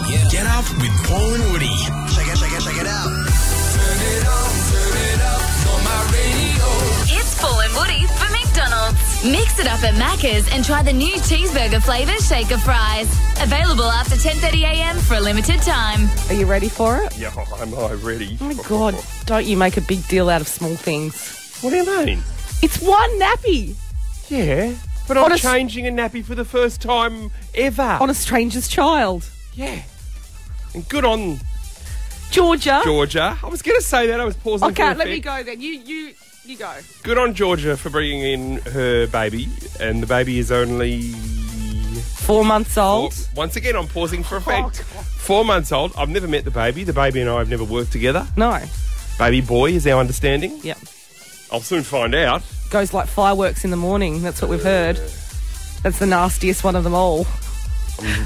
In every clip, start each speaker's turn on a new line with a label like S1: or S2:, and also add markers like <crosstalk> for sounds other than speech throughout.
S1: Off with Paul and Woody. Check it, check it, check it out. Turn it on, turn it up on my radio.
S2: It's Paul and Woody for McDonald's. Mix it up at Macca's and try the new cheeseburger flavour shaker fries. Available after 10.30am for a limited time.
S3: Are you ready for it?
S4: Yeah, <laughs> I'm not ready.
S3: Oh my god, don't you make a big deal out of small things.
S4: What do you mean?
S3: It's one nappy
S4: Yeah, but
S3: On
S4: I'm
S3: a s-
S4: changing a nappy for the first time ever.
S3: on a stranger's child.
S4: yeah. And good on
S3: Georgia.
S4: Georgia. I was going to say that. I was pausing.
S3: Okay,
S4: for
S3: let me go then. You you you go.
S4: Good on Georgia for bringing in her baby, and the baby is only.
S3: Four months
S4: Oh,
S3: old. Oh,
S4: once again, I'm pausing for effect. Four months old. I've never met the baby. The baby and I have never worked together.
S3: No.
S4: Baby boy is our understanding.
S3: Yep.
S4: I'll soon find out.
S3: Goes like fireworks in the morning. That's what we've heard. That's the nastiest one of them all.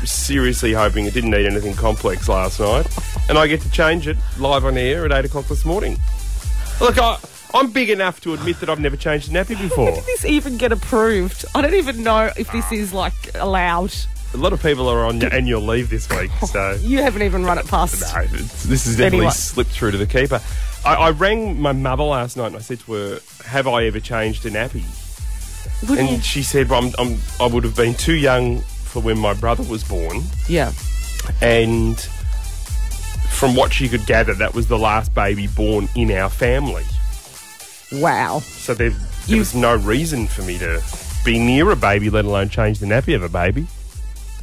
S4: seriously hoping it didn't need anything complex last night, and I get to change it live on air at eight o'clock this morning. Look, I, I'm big enough to admit that I've never changed a nappy before.
S3: Did this even get approved? I don't even know if this is like allowed.
S4: a lot of people are on annual leave this week, so
S3: You haven't even run it past.
S4: no, it's, this has definitely
S3: Anyway.
S4: slipped through to the keeper. I, I rang my mother last night and I said to her, "Have I ever changed a nappy?"
S3: Wouldn't
S4: And she said, well, I'm, I'm, "I would have been too young for when my brother was born."
S3: you? Yeah.
S4: and from what she could gather, that was the last baby born in our family.
S3: Wow.
S4: So there, there was no reason for me to be near a baby, let alone change the nappy of a baby.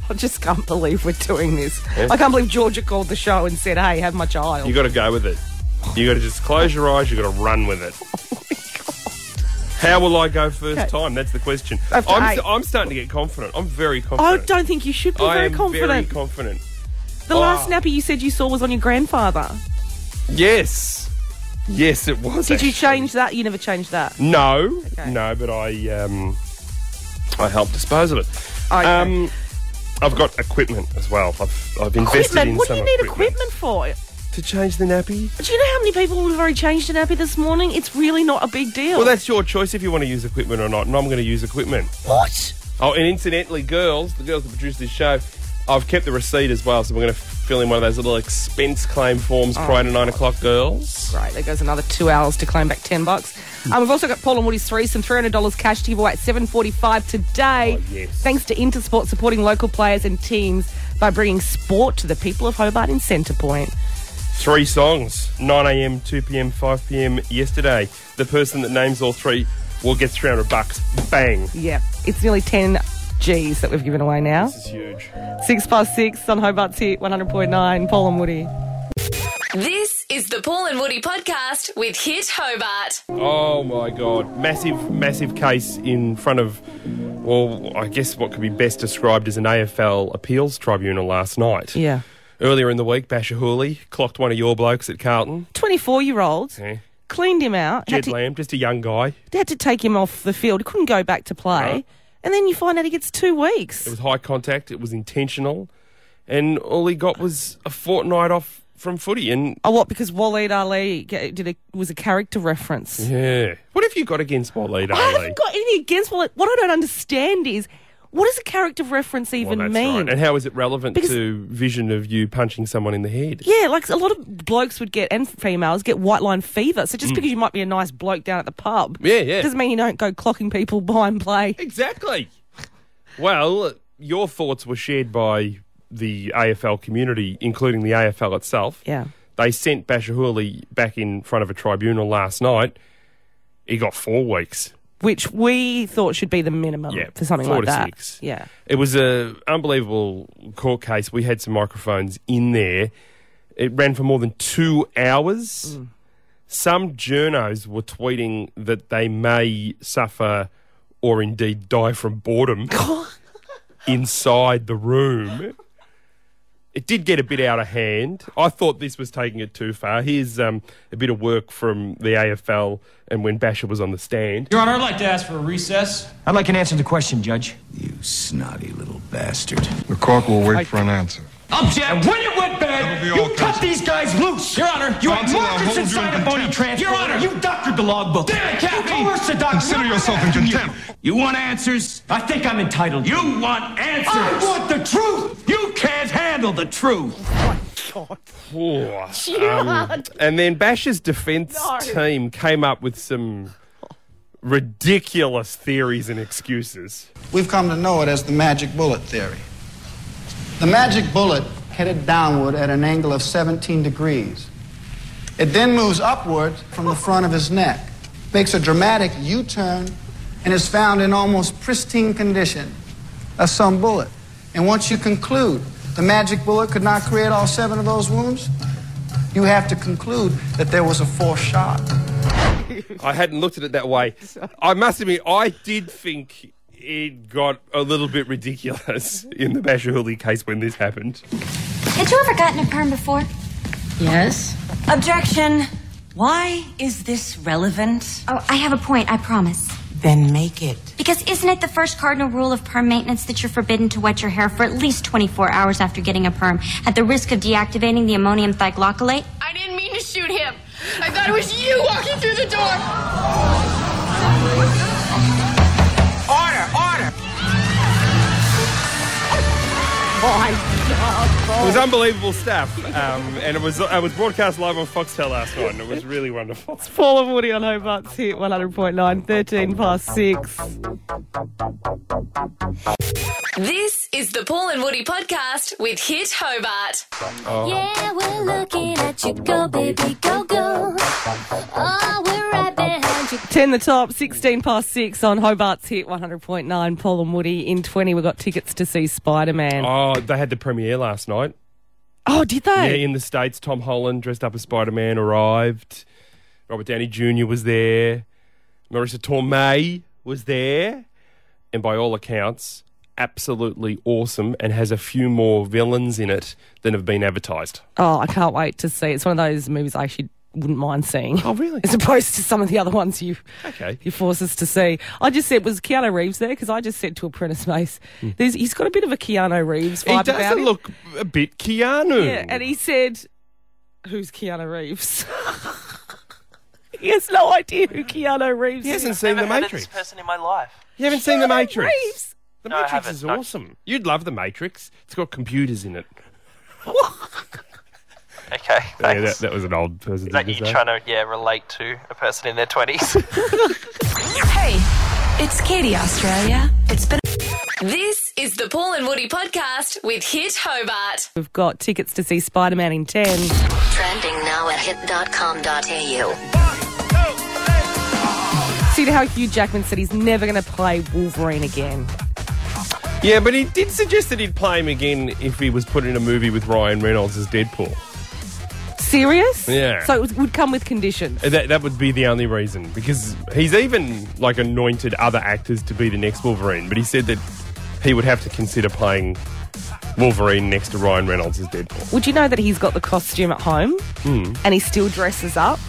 S3: I just can't believe we're doing this. I can't believe Georgia called the show and said, "Hey, have my child."
S4: You got to go with it. You got to just close your eyes. You got to run
S3: <laughs>
S4: with it. How will I go first
S3: Oh Okay.
S4: time? That's the question. I'm,
S3: After eight.
S4: st- I'm starting to get confident. I'm very
S3: I
S4: confident.
S3: Oh, don't think you should be
S4: I
S3: very
S4: am
S3: confident.
S4: very confident.
S3: the last
S4: Wow.
S3: nappy you said you saw was on your grandfather.
S4: Yes, yes, it was.
S3: Did you
S4: actually.
S3: change that? You never changed that.
S4: No,
S3: Okay.
S4: no, but I um, I helped dispose of it.
S3: Okay.
S4: Um, I've got equipment as well. I've, I've invested in
S3: Equipment? What do
S4: some
S3: you need equipment for?
S4: to change the nappy.
S3: Do you know how many people would have already changed a nappy this morning? It's really not a big deal.
S4: Well, that's your choice if you want to use equipment or not, and I'm going to use equipment.
S3: what?
S4: Oh, and incidentally, girls, the girls that produce this show, I've kept the receipt as well, so we're going to fill in one of those little expense claim forms
S3: Oh.
S4: prior to nine o'clock, girls.
S3: Right, there goes another two hours to claim back ten bucks. Um, we've also got Paul and Woody's threesome, three hundred dollars cash to give away at seven forty-five today.
S4: Oh, yes.
S3: Thanks to Intersport supporting local players and teams by bringing sport to the people of Hobart in Centre Point.
S4: Three songs 9 a.m., 2 p.m., 5 p.m. yesterday. The person that names all three will get 300 bucks. Bang.
S3: Yeah, it's nearly ten G's that we've given away now.
S4: This is huge.
S3: Six past six on Hobart's hit one hundred point nine. Paul and Woody.
S2: This is the Paul and Woody podcast with Hit Hobart.
S4: Oh my god. Massive, massive case in front of, well, I guess what could be best described as an AFL appeals tribunal last night.
S3: Yeah,
S4: Earlier in the week, Basher Hooley clocked one of your blokes at Carlton.
S3: twenty-four-year-old
S4: Okay.
S3: cleaned him out. Had
S4: Jed
S3: to,
S4: Lamb, just a young guy.
S3: they had to take him off the field. He couldn't go back to play.
S4: Right.
S3: And then you find out he gets two weeks.
S4: Uh-huh. It was high contact, it was intentional, and all he got was a fortnight off from footy. And
S3: Oh, what? Because Waleed Ali ga- did a, was a character reference.
S4: yeah. What have you got against Waleed
S3: I
S4: Ali?
S3: haven't got anything against Waleed. What I don't understand is what does a character reference
S4: Well,
S3: even
S4: Oh, that's
S3: mean?
S4: right. And how is it relevant
S3: Because-
S4: to vision of you punching someone in the head?
S3: Yeah, like a lot of blokes would get, and females get white line fever. So just because you might be a nice bloke down at the pub,
S4: Mm. Yeah, yeah.
S3: doesn't mean you don't go clocking people <laughs> behind play.
S4: Exactly. <laughs> Well, your thoughts were shared by the AFL community, including the AFL itself.
S3: Yeah.
S4: They sent Bashahuli back in front of a tribunal last night. He got four weeks.
S3: Which we thought should be the minimum
S4: Yeah,
S3: for something
S4: four
S3: like
S4: to
S3: that.
S4: six.
S3: Yeah.
S4: It was a unbelievable court case. We had some microphones in there. It ran for more than two hours.
S3: Mm.
S4: Some journos were tweeting that they may suffer or indeed die
S3: <laughs>
S4: from boredom inside the room. It did get a bit out of hand. I thought this was taking it too far. Here's um, a bit of work from the AFL and when Basher was on the stand.
S5: Your Honor, I'd like to ask for a recess. I'd like an answer to the question, Judge.
S6: You snotty little bastard.
S7: The court will wait for an answer.
S5: Object! And when it went bad,
S7: That will
S5: you
S7: be all,
S5: cut
S7: counsel.
S5: these guys loose! Your Honor, you had
S7: Counsel, I'll
S5: Marcus
S7: hold you in
S5: inside a phony
S7: contempt.
S5: transfer. Your Honor, you doctored the logbook. Damn it, You coerced the doctor.
S7: Consider yourself in contempt.
S5: You want answers? I think I'm entitled. You want answers? I want the truth! You can't handle the truth!
S3: God.
S4: Poor. Um,
S3: Gerard.
S4: and then Bash's defense
S3: No.
S4: team came up with some ridiculous theories and excuses.
S8: We've come to know it as the magic bullet theory. The magic bullet headed downward at an angle of 17 degrees. It then moves upward from the front of his neck, makes a dramatic U turn, and is found in almost pristine condition of some bullet. And once you conclude the magic bullet could not create all seven of those wounds, you have to conclude that there was a fourth shot.
S4: I hadn't looked at it that way. I must admit, I did think it got a little bit ridiculous <laughs> in the Bashahuli case when this happened.
S9: Had you ever gotten a perm before?
S10: Yes?
S11: Objection. Why is this relevant?
S9: Oh, I have a point, I promise.
S11: Then make it.
S9: Because isn't it the first cardinal rule of perm maintenance that you're forbidden to wet your hair for at least 24 hours after getting a perm, at the risk of deactivating the ammonium thioglycolate?
S10: I didn't mean to shoot him. I thought it was you walking through the door.
S11: Order, order.
S4: It was unbelievable stuff, um, and it was I was broadcast live on Foxtel last night, and it was really wonderful.
S3: Paul and Woody on Hobart's hit 100.9, 13 past 6.
S2: This is the Paul and Woody podcast with Hit Hobart.
S9: Yeah, we're looking at you, go, baby, go, go. Oh, we're right behind you.
S3: 10 the top, 16 past 6 on Hobart's hit 100.9. Paul and Woody in 20. We got tickets to see Spider Man. Oh.
S4: Oh, they had the premiere last night.
S3: did
S4: Yeah,
S3: they?
S4: in the States, Tom Holland dressed up as Spider Man arrived. Robert Downey Jr. was there. Marissa Tomei was there. And by all accounts, absolutely awesome and has a few more villains in it than have been advertised.
S3: Oh, I can't wait to see. It's one of those movies I actually wouldn't mind seeing.
S4: Oh, really?
S3: As opposed to some of the other ones you
S4: Okay.
S3: you force us to see. I just said, was Keanu Reeves there? Because I just said to Apprentice Mace, there's, he's got a bit of a Keanu Reeves vibe
S4: Hmm. He
S3: about
S4: doesn't
S3: him.
S4: look a bit Keanu.
S3: Yeah, and he said, "Who's Keanu Reeves?" <laughs> he has no idea who Keanu Reeves
S4: He
S3: is.
S4: hasn't seen The Matrix.
S5: person in my life.
S4: You haven't seen The
S3: Keanu
S4: Matrix.
S3: Reeves.
S4: The
S5: I
S4: Matrix
S5: haven't,
S4: is
S5: no.
S4: awesome. You'd love The Matrix. It's got computers in it.
S5: Okay,
S4: Yeah, that, that was an old person.
S5: Is that you trying to yeah relate to a person in their
S4: <laughs>
S5: twenties?
S2: Hey, it's Katie Australia. It's been. This is the Paul and Woody podcast with Hit Hobart.
S3: We've got tickets to see Spider Man in ten.
S10: Trending now at hit.com.au.
S3: See how Hugh Jackman said he's never going to play Wolverine again.
S4: Yeah, but he did suggest that he'd play him again if he was put in a movie with Ryan Reynolds as Deadpool.
S3: Serious?
S4: Yeah.
S3: So it was- would come with conditions.
S4: That, that would be the only reason because he's even like anointed other actors to be the next Wolverine, but he said that he would have to consider playing Wolverine next to Ryan Reynolds as Deadpool.
S3: Would you know that he's got the costume at home
S4: Hmm.
S3: and he still dresses up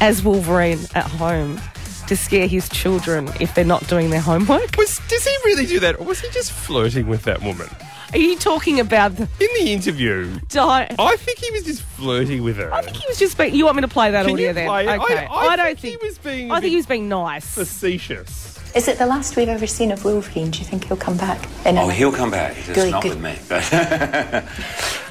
S3: as Wolverine at home to scare his children if they're not doing their homework?
S4: Was does he really do that, or was he just flirting with that woman
S3: Are you talking about the
S4: in the interview?
S3: di-
S4: I think he was just flirting with her.
S3: I think he was just being. You want me to play that
S4: Can
S3: audio
S4: you
S3: then?
S4: play it? I-
S3: Okay.
S4: I
S3: don't
S4: think he
S3: think
S4: was being a
S3: I think
S4: bit-
S3: he was being
S4: <laughs>
S3: nice.
S4: facetious.
S10: Is it the last we've ever seen of Wolverine? Do you think he'll come back? In
S1: Oh, he'll come back. Just
S10: Good,
S1: not
S10: good.
S1: with me. But <laughs>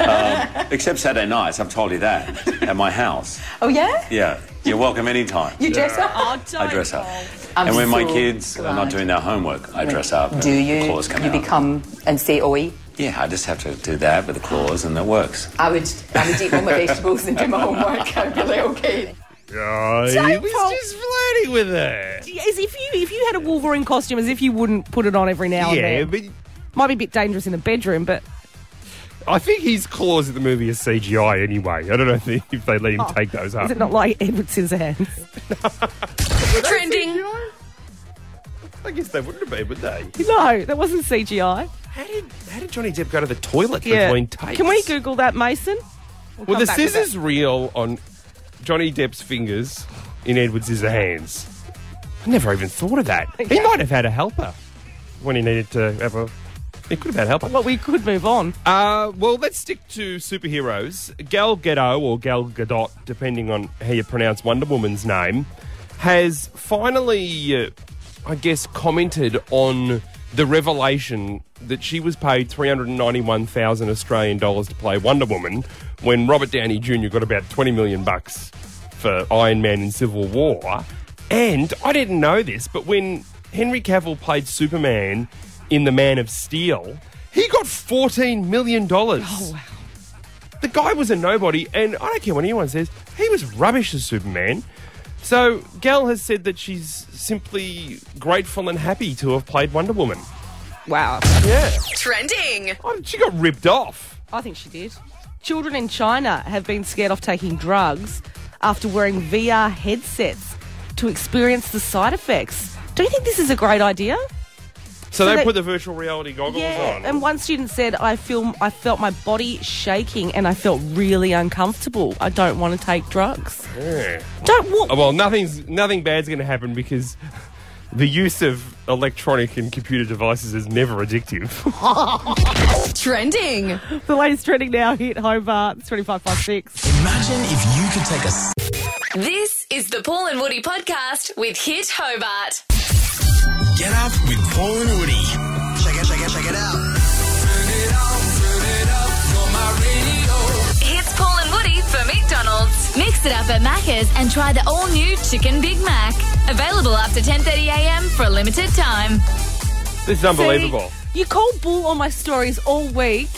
S1: um, except Saturday nights, I've told you that at my house.
S10: oh yeah?
S1: Yeah, you're welcome anytime.
S10: You dress up?
S3: Oh, don't.
S1: I dress up.
S10: I'm
S1: and when my
S10: so
S1: kids are not
S10: glad.
S1: doing their homework, I dress up.
S10: Do
S1: and
S10: you?
S1: Claws come
S10: you
S1: out.
S10: become and say oi.
S1: Yeah, I just have to do that with the claws, and that works.
S10: I would I would eat all my vegetables and do my homework. I'd be like, okay.
S4: Oh, he
S3: Don't
S4: was
S3: fall-
S4: just flirting with her.
S3: As if you if you had a Wolverine costume, as if you wouldn't put it on every now
S4: Yeah,
S3: and then.
S4: but
S3: Might be a bit dangerous in the bedroom, but
S4: I think his claws in the movie is CGI anyway. I don't know <laughs> if they, if they let him take those up.
S3: Oh. is it not like <laughs> Edward Scissorhands?
S2: Trending.
S4: I guess they wouldn't have been, would they?
S3: No, that wasn't CGI.
S4: How did how did Johnny Depp go to the toilet between takes?
S3: Can we Google that, Mason? We'll
S4: Well,
S3: come
S4: the
S3: back with that.
S4: scissors reel on Johnny Depp's fingers in Edward Scissorhands. I never even thought of that.
S3: <laughs>
S4: He might have had a helper when he needed to have a. He could have had a helper.
S3: Well, we could move on.
S4: Uh, well, let's stick to superheroes. Gal Gadot, or Gal Gadot, depending on how you pronounce Wonder Woman's name, has finally, uh, I guess, commented on the revelation that she was paid 391,000 Australian dollars to play Wonder Woman when Robert Downey Jr. got about 20 million bucks for Iron Man in Civil War. And I didn't know this, but when Henry Cavill played Superman in The Man of Steel, he got 14 million dollars. Oh wow. The guy was a nobody and I don't care what anyone says, he was rubbish as Superman. So, Gal has said that she's simply grateful and happy to have played Wonder Woman.
S3: Wow.
S4: Yeah.
S10: Trending.
S4: She got ripped off.
S3: I think she did. Children in China have been scared off taking drugs after wearing VR headsets to experience the side effects. Do you think this is a great idea? So
S4: So, they,
S3: they-
S4: put the virtual reality goggles
S3: Yeah,
S4: on.
S3: and one student said, "I feel I felt my body shaking and I felt really uncomfortable. I don't want to take drugs."
S4: Yeah.
S3: Don't walk.
S4: Oh, well, nothing's nothing bad's going to happen because <laughs> the use of electronic and computer devices is never addictive. <laughs>
S10: Trending.
S3: The latest trending now hit Hobart. It's twenty five past six.
S1: Imagine if you could take a s-
S2: This is the Paul and Woody podcast with Hit Hobart.
S1: get up with Paul and Woody. Check it, check it, check it out. Turn it on, turn it up, you're my radio.
S2: Hits Paul and Woody for McDonald's. Mix it up at Macca's and try the all new Chicken Big Mac. Available after 10:30 a.m. for a limited time.
S4: this is unbelievable.
S3: See, you called bull on my stories all week.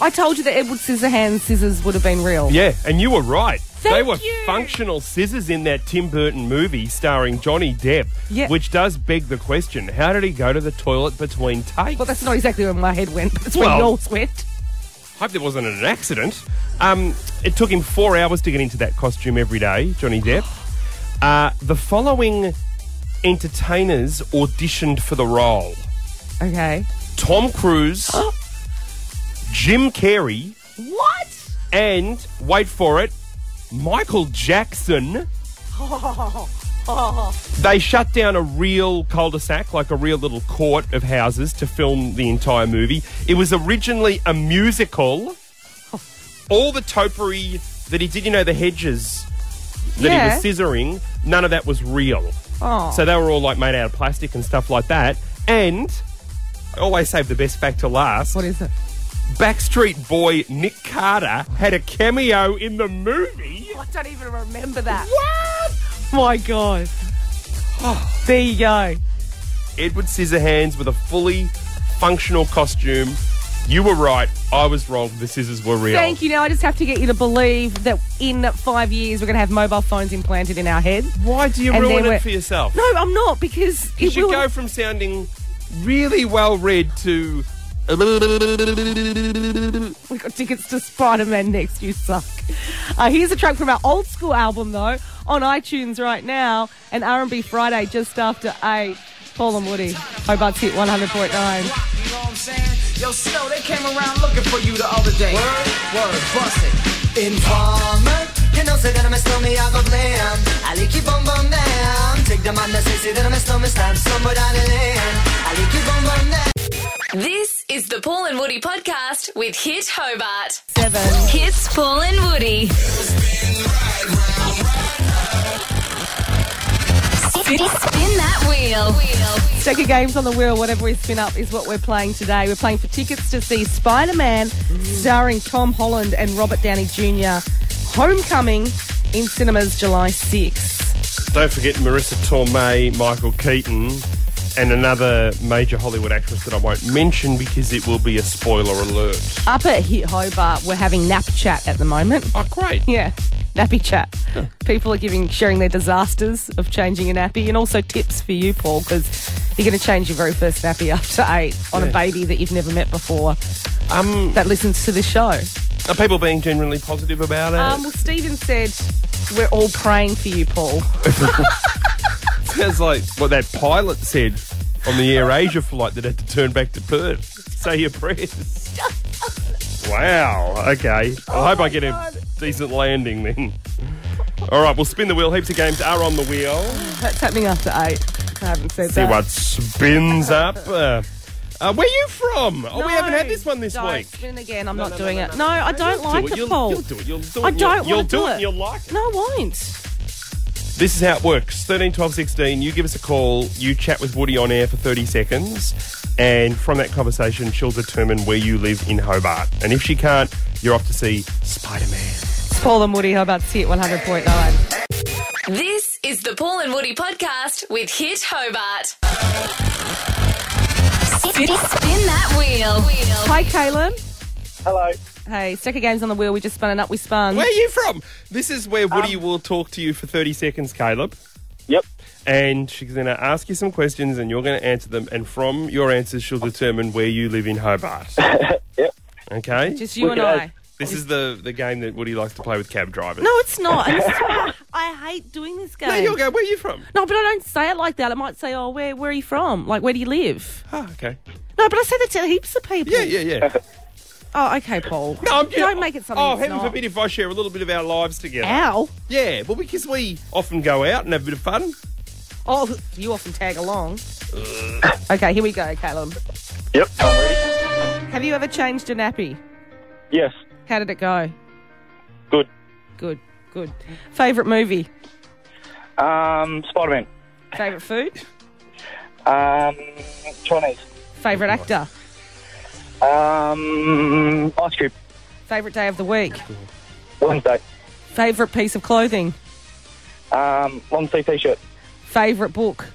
S3: I told you that Edward Scissorhands scissors would have been real.
S4: Yeah, and you were right. they
S3: Thank
S4: were
S3: you.
S4: functional scissors in that Tim Burton movie starring Johnny Depp,
S3: Yeah.
S4: which does beg the question: How did he go to the toilet between takes?
S3: Well, that's not exactly where my head went, but it's
S4: Well-
S3: where yours went.
S4: Hope there wasn't an accident. Um, it took him four hours to get into that costume every day, Johnny Depp. Uh, the following entertainers auditioned for the role
S3: Okay.
S4: Tom Cruise, Jim Carrey,
S3: What?
S4: and wait for it, Michael Jackson. They shut down a real cul-de-sac, like a real little court of houses, to film the entire movie. It was originally a musical. All the topiary that he did, you know, the hedges that
S3: Yeah.
S4: he was scissoring, none of that was real.
S3: Oh.
S4: So they were all like made out of plastic and stuff like that. And I always save the best fact to last.
S3: What is it?
S4: Backstreet Boy Nick Carter had a cameo in the movie.
S3: I don't even remember that. What? My God. Oh, there you go.
S4: Edward Scissorhands with a fully functional costume. You were right. I was wrong. The scissors were real.
S3: Thank you. Now I just have to get you to believe that in five years we're going to have mobile phones implanted in our head.
S4: Why do you
S3: And
S4: ruin
S3: then
S4: it
S3: we're-
S4: for yourself?
S3: No, I'm not because
S4: you
S3: it
S4: should
S3: will.
S4: go from sounding really well read to.
S3: we got Oh tickets to Spider Man next. You suck. Uh, here's a track from our old school album though on iTunes right now and R&B Friday just after eight. Paul and Woody. Hobart's hit 100.9.
S12: You know what I'm saying? Yo, Snow, they came around looking for you the other day. Word, word, bust it.
S13: Informer, you know, say that I'm a snowman, I go blam. I like you, bum bum down. Take the man that says say that I'm a snowman, stab somebody down the lane. I like you, bum bum down.
S2: This is the Paul and Woody podcast with Hit Hobart. Seven. Hits Paul and Woody. Spin, spin that wheel.
S3: Checker Games on the Wheel, whatever we spin up is what we're playing today. We're playing for tickets to see Spider Man, starring Tom Holland and Robert Downey Jr., Homecoming in cinemas July 6th.
S4: Don't forget Marissa Tomei, Michael Keaton, and another major Hollywood actress that I won't mention because it will be a spoiler alert.
S3: Up at Hit Hobart, we're having Nap Chat at the moment. <laughs>
S4: Oh, great.
S3: Yeah, Nappy
S4: <laughs>
S3: Chat. People are giving, sharing their disasters of changing a nappy and also tips for you, Paul, because you're going to change your very first nappy <laughs> after eight on
S4: Yeah.
S3: a baby that you've never met before
S4: Um,
S3: that listens to the show.
S4: Are people being generally positive about it?
S3: Um, well, Stephen said, We're all praying for you, Paul.
S4: Sounds like what that pilot said on the AirAsia flight that had to turn back to Perth. Say your prayers. wow. Okay. I hope I get a decent landing then. All right, we'll spin the wheel. Heaps of games are on the wheel.
S3: That's happening after eight. I haven't said
S4: See
S3: that.
S4: what spins up. Uh, uh, where you from? Oh, we haven't had this one this
S3: don't
S4: week.
S3: Spin again. I'm not doing it. No, I don't
S4: You'll
S3: like
S4: do it.
S3: it,
S4: You'll-
S3: Paul.
S4: you'll do it. You'll do
S3: I
S4: it.
S3: don't
S4: You'll-
S3: want
S4: you'll
S3: to
S4: do
S3: do,
S4: it and you'll like
S3: it. No, I won't.
S4: This is how it works. 13, 12, 16. You give us a call. You chat with Woody on air for 30 seconds. And from that conversation, she'll determine where you live in Hobart. And if she can't, you're off to see Spider Man.
S3: It's Paul and Woody. How about see it 100.9?
S2: This is the Paul and Woody podcast with Hit Hobart. Spin, spin that wheel.
S3: Hi, Caleb.
S14: Hello.
S3: Hey, Stacker Games on the wheel. We just spun it up. We spun.
S4: Where are you from? This is where Woody will talk to you for 30 seconds, Caleb.
S14: Um, Yep.
S4: And she's going to ask you some questions and you're going to answer them. And from your answers, she'll determine where you live in Hobart.
S14: <laughs> yep.
S4: Okay?
S3: Just you and I.
S4: This is the, the game that Woody likes to play with cab drivers.
S3: No, it's not. And it's- I hate doing this game.
S4: No, you'll go, where are you from?
S3: No, but I don't say it like that. I might say, oh, where, where are you from? Like, where do you live?
S4: Ah, Okay.
S3: No, but I say that to heaps of people. Yeah,
S4: yeah, yeah.
S3: Oh, okay, Paul.
S4: No, I'm just,
S3: Don't make it something
S4: Oh,
S3: it's
S4: heaven
S3: not.
S4: forbid if I share a little bit of our lives together.
S3: Ow.
S4: Yeah, well, because we often go out and have a bit of fun.
S3: Oh, you often tag along. <coughs> Okay, here we go, Callum.
S14: Yep.
S3: Have you ever changed a nappy?
S14: Yes.
S3: How did it go?
S14: Good.
S3: Good, good. Favorite movie?
S14: Um, Spider Man.
S3: Favorite food?
S14: Um, Chinese.
S3: Favorite actor?
S14: Um, ice cube.
S3: Favorite day of the week?
S14: Wednesday.
S3: Favorite piece of clothing?
S14: Um, long sleeve T-shirt.
S3: Favorite book?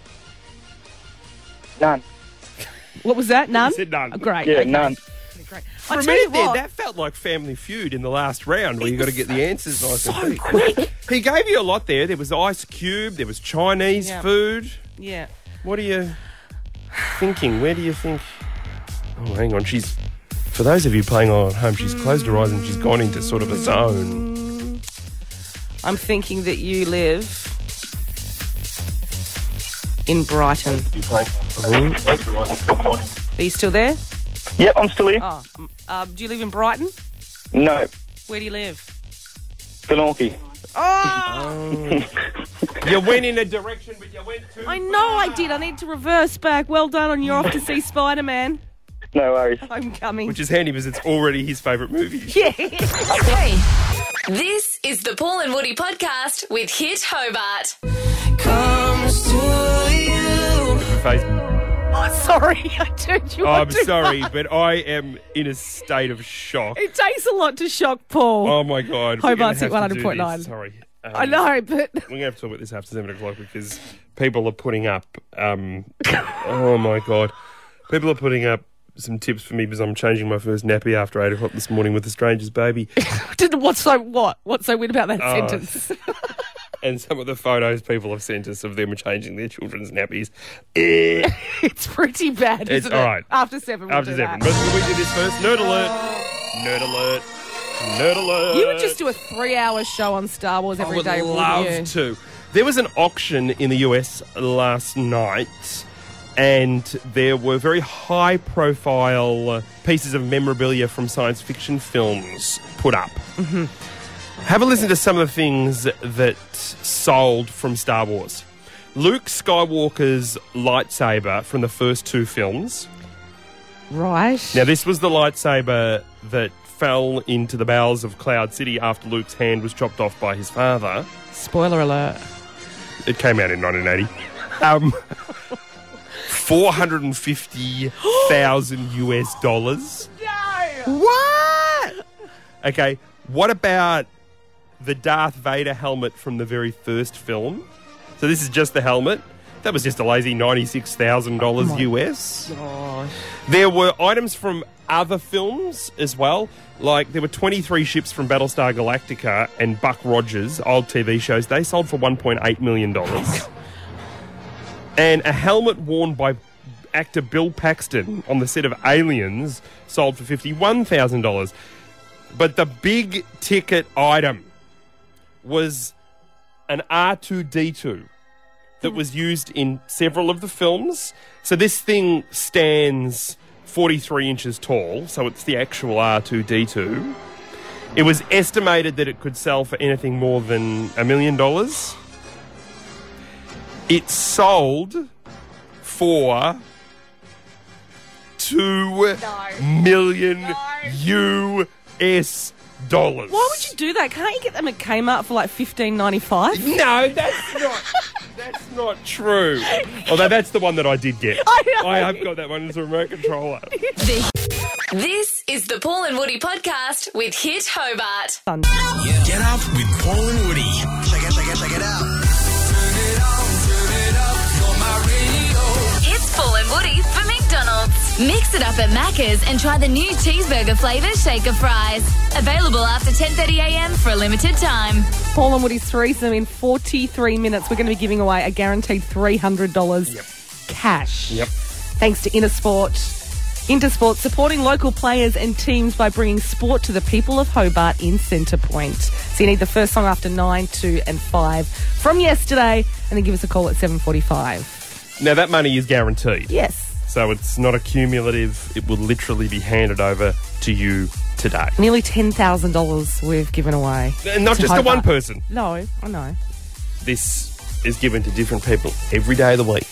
S14: None.
S3: What was that? None.
S4: said none.
S3: Oh, great.
S14: Yeah,
S3: okay.
S14: none.
S4: For
S3: I tell
S4: a
S3: you
S4: minute there,
S3: what-
S4: that felt like Family Feud in the last round where you got to get the answers nice and quick. <laughs> he gave you a lot there. There was Ice Cube, there was Chinese
S3: Yeah.
S4: food.
S3: Yeah.
S4: What are you thinking? Where do you think? Oh, hang on. She's. For those of you playing on at home, she's closed her eyes and she's gone into sort of a zone.
S3: I'm thinking that you live in Brighton. Are you still there?
S14: Yep, I'm still here.
S3: Oh, um, uh, do you live in Brighton?
S14: No,
S3: Where do you live?
S14: Glenorchy.
S3: Oh!
S4: you went in a direction, but you went too.
S3: I know I did. I need to reverse back. Well done on your off to
S14: <laughs>
S3: see Spider Man.
S14: No worries.
S3: I'm coming.
S4: Which is handy because it's already his favourite movie.
S3: yeah.
S2: Hey, this is the Paul and Woody podcast with Hit Hobart.
S13: Comes to you.
S4: Face-
S3: Oh, <laughs> sorry, I turned you on
S4: I'm
S3: too
S4: sorry,
S3: much.
S4: but I am in a state of
S3: <laughs>
S4: shock.
S3: It takes a lot to shock Paul.
S4: Oh my god. we're
S3: Hobart's
S4: gonna
S3: at
S4: have to do
S3: 100.9.
S4: this. Sorry. Um,
S3: I know, but <laughs>
S4: We're gonna have to talk about this after seven o'clock because people are putting up. Um, oh my god, people are putting up some tips for me because I'm changing my first nappy after eight o'clock this morning with a
S3: <laughs>
S4: stranger's baby,
S3: did what's so what? What's so weird about that
S4: Oh.
S3: sentence? <laughs>
S4: and some of the photos people have sent us of them changing their children's nappies. Eh.
S3: it's pretty bad,
S4: It's-
S3: isn't it?
S4: all right.
S3: After seven, we'll
S4: after
S3: do
S4: seven,
S3: that.
S4: but we do this first. Nerd alert! Nerd alert! Nerd alert!
S3: You would just do a three-hour show on Star Wars
S4: I
S3: every
S4: would
S3: day. wouldn't
S4: love
S3: you?
S4: to. There was an auction in the US last night, and there were very high profile pieces of memorabilia from science fiction films put up.
S3: Mm-hmm.
S4: Have a listen to some of the things that sold from Star Wars. Luke Skywalker's lightsaber from the first two films.
S3: Right.
S4: Now, this was the lightsaber that fell into the bowels of Cloud City after Luke's hand was chopped off by his father.
S3: Spoiler alert.
S4: It came out in 1980. Um, 450,000 US dollars.
S3: No.
S4: What? Okay, what about the Darth Vader helmet from the very first film? So this is just the helmet. That was just a lazy $96,000 US.
S3: Gosh.
S4: There were items from other films as well. Like there were 23 ships from Battlestar Galactica and Buck Rogers, old TV shows. They sold for 1.8 million dollars. and a helmet worn by actor Bill Paxton on the set of Aliens sold for $51,000. But the big ticket item was an R2D2 that was used in several of the films. So this thing stands 43 inches tall, so it's the actual R2D2. It was estimated that it could sell for anything more than a million dollars. It sold for two million US
S3: <laughs>
S4: dollars.
S3: Why would you do that? Can't you get them at Kmart for like fifteen ninety-five?
S4: No, that's not. That's not true. Although that's the one that I did get.
S2: I know.
S4: I have got that one as a remote controller.
S2: This, this is the Paul and Woody podcast with Hit Hobart.
S1: Get up with Paul and Woody. Check it, check it, check it out. Turn it on, turn it up. You're my radio.
S2: It's Paul and Woody for McDonald's. Mix it up at Macca's and try the new cheeseburger flavour shaker fries. Available after 10.30am for a limited time.
S3: Paul and Woody's threesome in 43 minutes. We're going to be giving away a guaranteed $300 cash.
S4: Yep.
S3: Thanks to Intersport. Intersport supporting local players and teams by bringing sport to the people of Hobart in Centre Point. So you need the first song after 9, 2 and 5 from yesterday and then give us a call at 7.45.
S4: Now that money is guaranteed.
S3: Yes.
S4: So it's not accumulative. It will literally be handed over to you today.
S3: Nearly $10,000 we've given away.
S4: And not
S3: to
S4: just to one
S3: Hobart.
S4: person.
S3: No, I know.
S4: This is given to different people every day of the week.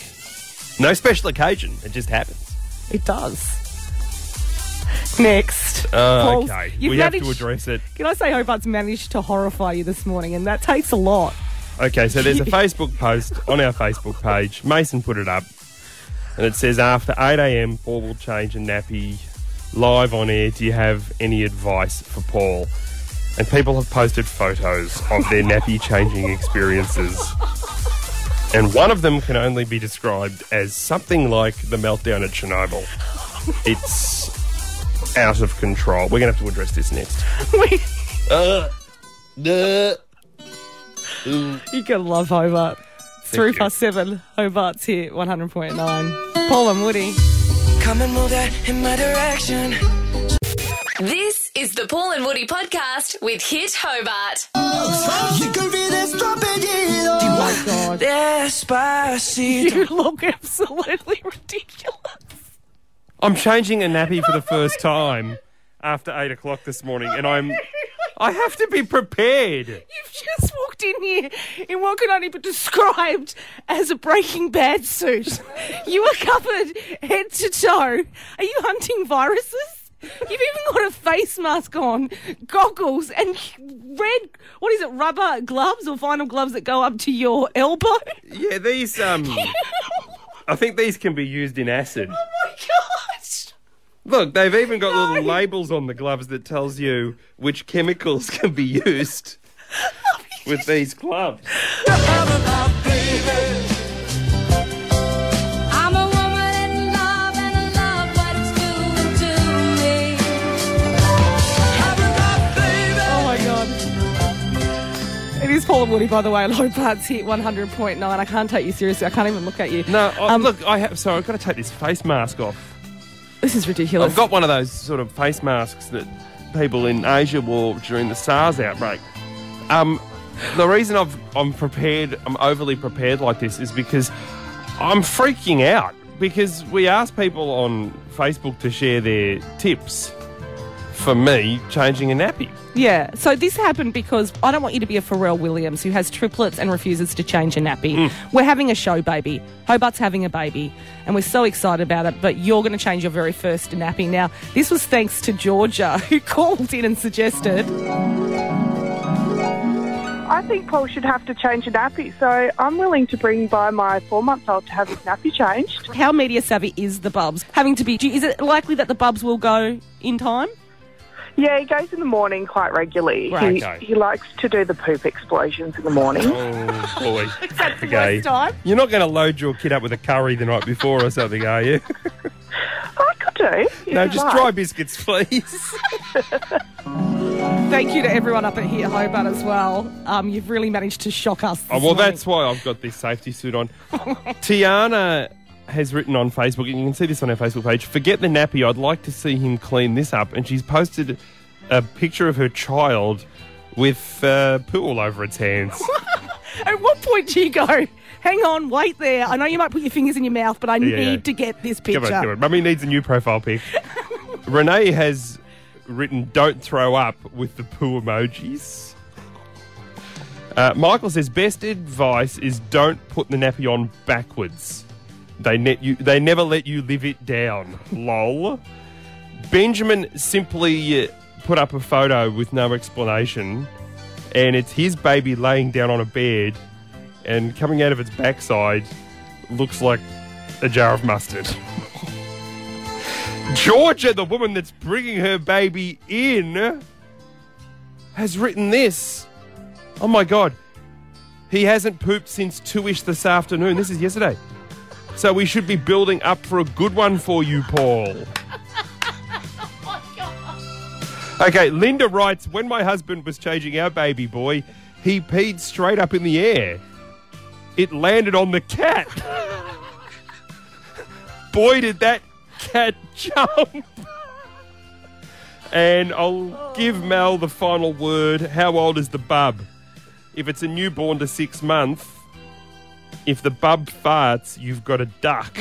S4: No special occasion. It just happens.
S3: It does. Next.
S4: Uh,
S3: Paul,
S4: okay.
S3: you've
S4: we have to
S3: managed-
S4: address it.
S3: Can I say Hobart's managed to horrify you this morning, and that takes a lot. <laughs>
S4: Okay, so there's a Facebook post on our Facebook page. Mason put it up, and it says after 8 a.m. Paul will change a nappy. Live on air, do you have any advice for Paul? And people have posted photos of their nappy changing experiences. And one of them can only be described as something like the meltdown at Chernobyl. It's out of control. We're going to have to address this next. Uh, uh, uh.
S3: <laughs> You can love Hobart. It's
S4: Thank
S3: Three
S4: you.
S3: past seven. Hobart's here, 100.9. Paul and Woody. <laughs>
S11: Come and move that in my direction.
S2: This is the Paul and Woody podcast with Hit Hobart.
S3: God. You look absolutely ridiculous.
S4: I'm changing a nappy for the first time after eight o'clock this morning, and I'm I have to be prepared.
S3: You've just walked in here in what can only be described as a Breaking Bad suit. You are covered head to toe. Are you hunting viruses? You've even got a face mask on, goggles, and red, what is it, rubber gloves or vinyl gloves that go up to your elbow? <laughs>
S4: Yeah, these um, I think these can be used in acid.
S3: Oh my gosh!
S4: Look, they've even got little labels on the gloves that tells you which chemicals can be used with these gloves.
S11: I'm a woman in love and I love what it's doing to me.
S3: Oh my god. It is Paul and Woody, by the way. <laughs> Low parts hit 100.9. I can't take you seriously. I can't even look at you. Um,
S4: No, I look, I have. Sorry, I've got to take this face mask off.
S3: This is ridiculous.
S4: I've got one of those sort of face masks that people in Asia wore during the SARS outbreak. Um, the reason I've, I'm prepared, I'm overly prepared like this, is because I'm freaking out. Because we asked people on Facebook to share their tips for me changing a nappy.
S3: Yeah. So this happened because I don't want you to be a Pharrell Williams who has triplets and refuses to change a nappy.
S4: Mm.
S3: We're having a show, baby. Hobart's having a baby, and we're so excited about it. But you're going to change your very first nappy. Now, this was thanks to Georgia <laughs> who called in and suggested.
S15: I think Paul should have to change a nappy, so I'm willing to bring by my four-month-old to have his nappy changed.
S3: How media savvy is the Bubs? Having to be, do- is it likely that the Bubs will go in time?
S15: Yeah, he goes in the morning quite regularly.
S4: Right.
S15: He,
S4: Okay.
S15: he likes to do the poop explosions in the morning.
S4: Oh, <laughs> boy. That's
S15: the worst time.
S4: You're not going to load your kid up with a curry the night before or something, are <laughs> you?
S15: I could do.
S4: no,
S15: if you
S4: just
S15: like.
S4: dry biscuits, please.
S3: Thank you to everyone up at here Hobart as well. Um, you've really managed to shock us.
S4: Oh,
S3: this
S4: well,
S3: morning.
S4: that's why I've got this safety suit on. <laughs> Tiana has written on Facebook, and you can see this on our Facebook page Forget the nappy, I'd like to see him clean this up. And she's posted a picture of her child with uh, poo all over its hands. <laughs>
S3: At what point do you go? Hang on, wait there. I know you might put your fingers in your mouth, but I
S4: Yeah,
S3: need
S4: yeah.
S3: to get this picture.
S4: come on, come on. Mummy needs a new profile pic. Renee has written Don't throw up with the poo emojis. Uh, Michael says best advice is don't put the nappy on backwards. They net you. They never let you live it down. <laughs> Lol. Benjamin simply uh, put up a photo with no explanation, and it's his baby laying down on a bed, and coming out of its backside looks like a jar of mustard. Georgia, the woman that's bringing her baby in, has written this. Oh my God. He hasn't pooped since 2 ish this afternoon. This is yesterday. So we should be building up for a good one for you, Paul. Okay, Linda writes When my husband was changing our baby boy, he peed straight up in the air. It landed on the cat. <laughs> boy, did that cat jump. and I'll give Mel the final word. How old is the bub? If it's a newborn to six months, if the bub farts, you've got a duck.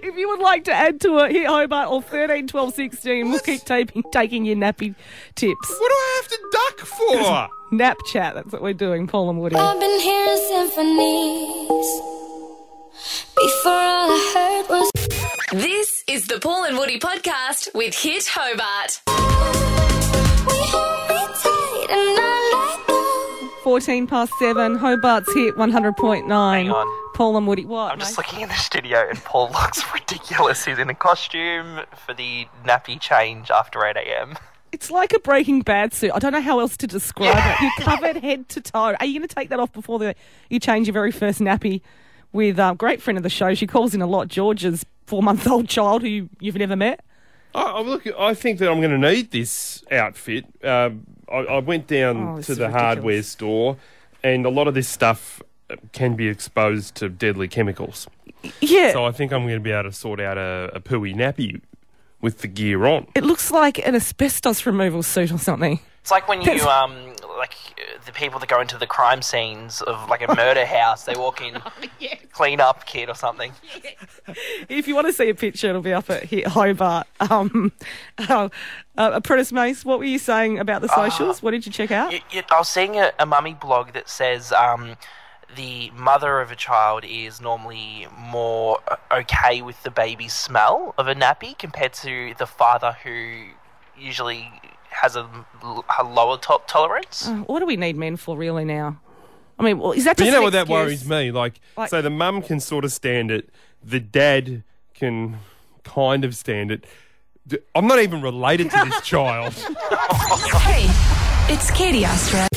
S3: If you would like to add to it, hit Hobart or 13, 12, 16. We'll keep taping, taking your nappy tips. What
S4: do I have to duck <laughs> for?
S3: Nap chat. That's what we're doing, Paul and Woody.
S15: Uh,
S11: I've been hearing symphonies before all I heard was.
S2: This is the Paul and Woody podcast with Hit Hobart.
S3: 14 past 7. Hobart's hit 100.9. Hang on. Paul and Woody. What?
S16: I'm just looking in the studio and Paul looks <laughs> ridiculous. He's in a costume for the nappy change after 8 a.m.
S3: It's like a Breaking Bad suit. I don't know how else to describe it. You're covered head to toe. Are you going to take that off before the, you change your very first nappy? With a great friend of the show, she calls in a lot. George's four-month-old child who you, you've never met.
S4: I, I look, I think that I'm going to need this outfit. Um, I, I went
S3: Oh,
S4: down
S3: this
S4: to
S3: is
S4: the
S3: ridiculous.
S4: hardware store, and a lot of this stuff uh, can be exposed to deadly chemicals.
S3: <laughs> Yeah.
S4: So I think I'm going to be able to sort out a, a pooey nappy with the gear on.
S3: It looks like an asbestos removal suit or something.
S16: It's like when
S3: That's-
S16: you, um, like uh, the people that go into the crime scenes of like a
S5: <laughs>
S16: murder house, they walk in
S5: Oh,
S16: clean up kid or something.
S3: If you want to see a picture, it'll be up at Hit Hobart. Um, <laughs> oh, uh, Apprentice Mace, what were you saying about the socials? what did you check out?
S16: You, you, I was seeing a, a mummy blog that says um, the mother of a child is normally more uh, okay with the baby's smell of a nappy compared to the father who usually has a, l- a lower top tolerance.
S4: Mm-hmm.
S3: Oh, what do we need men for really now? I mean, well, is that
S4: But
S3: just
S4: you know
S3: an
S4: what that
S3: excuse?
S4: worries me? Like,
S3: Like-
S4: so the mum can sort of stand it, the dad can kind of stand it. D- I'm not even related
S3: <laughs>
S4: to this child.
S2: hey, it's Katie Astra.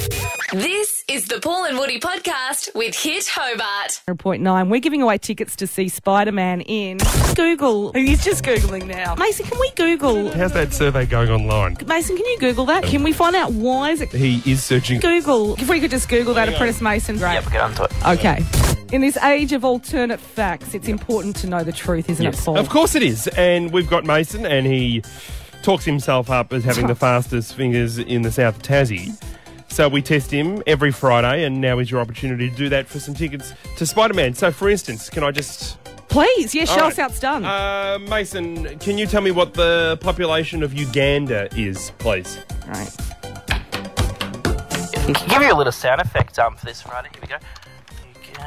S2: This is the Paul and Woody podcast with Hit Hobart.
S3: 100.9. We're giving away tickets to see Spider Man in Google. He's just Googling now. Mason, can we Google?
S4: How's that survey going online?
S3: Mason, can you Google that? Can we find out why is it
S4: He is searching.
S3: Google? If we could just Google that,
S4: Hang on.
S3: Apprentice Mason, great.
S16: Get onto it.
S3: Okay. In this age of alternate facts, it's important to know the truth, isn't it, Paul?
S4: Of course it is. And we've got Mason, and he talks himself up as having the fastest fingers in the South of Tassie. So we test him every Friday, and now is your opportunity to do that for some tickets to Spider Man. So, for instance, can I just.
S3: Please, yes,
S4: All
S3: show
S4: right.
S3: us how it's done.
S4: Uh, Mason, can you tell me what the population of Uganda is, please?
S3: Right.
S16: Give you a little sound effect um, for this Friday. Here we go.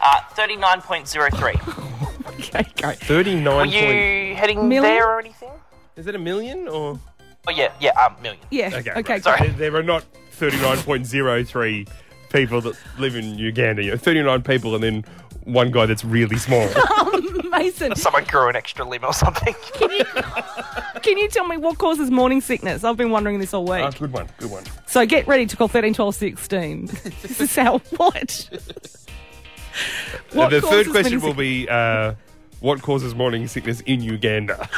S16: Uh,
S4: <laughs>
S16: 39.03.
S3: okay, great.
S4: 39
S16: Were
S4: point-
S16: you heading
S4: Million?
S16: there or anything?
S4: Is it a million or?
S16: Oh, yeah, yeah, um, million.
S4: Okay.
S16: right.
S4: right. Sorry. There, there are not 39.03 people that live in Uganda. You know, 39 people and then one guy that's really small.
S3: <laughs> Mason,
S16: Someone grew an extra limb
S4: <laughs>
S16: or something.
S3: can you tell me what causes morning sickness? I've been wondering this all week.
S4: Ah, good one. Good one.
S3: So get ready to call 13, 12, 16. <laughs> this is how what? What
S4: the third
S3: causes
S4: question
S3: morning
S4: will be uh, what causes morning sickness in Uganda?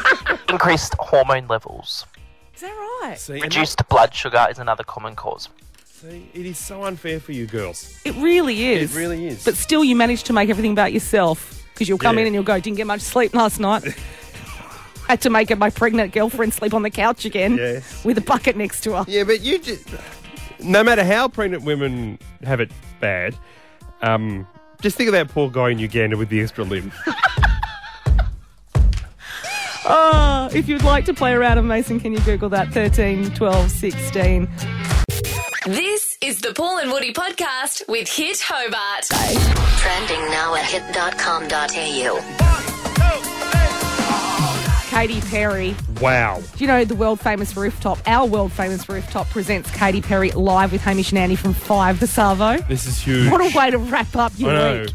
S16: Increased hormone levels.
S3: Is that right?
S16: Reduced blood sugar is another common cause.
S4: See, it is so unfair for you girls.
S3: It really is.
S4: It really is.
S3: But still, you manage to make everything about yourself because you'll come
S4: Yeah.
S3: in and you'll go, didn't get much sleep last
S4: <laughs>
S3: night. Had to make my pregnant girlfriend sleep on the couch again
S4: Yes.
S3: with a bucket next to her.
S4: Yeah, but you just. No matter how pregnant women have it bad, um, just think of that poor guy in Uganda with the extra
S3: <laughs>
S4: limb.
S3: Oh, if you'd like to play around with Mason, can you Google that? 13, 12, 16.
S2: This is the Paul and Woody podcast with Hit Hobart.
S17: Trending now at hit.com.au.
S3: Katy Perry.
S4: Wow.
S3: Do you know the world famous rooftop? Our world famous rooftop presents Katy Perry live with Hamish and Andy from five to Savo.
S4: This is huge.
S3: What a way to wrap up
S4: I
S3: your
S4: know.
S3: week.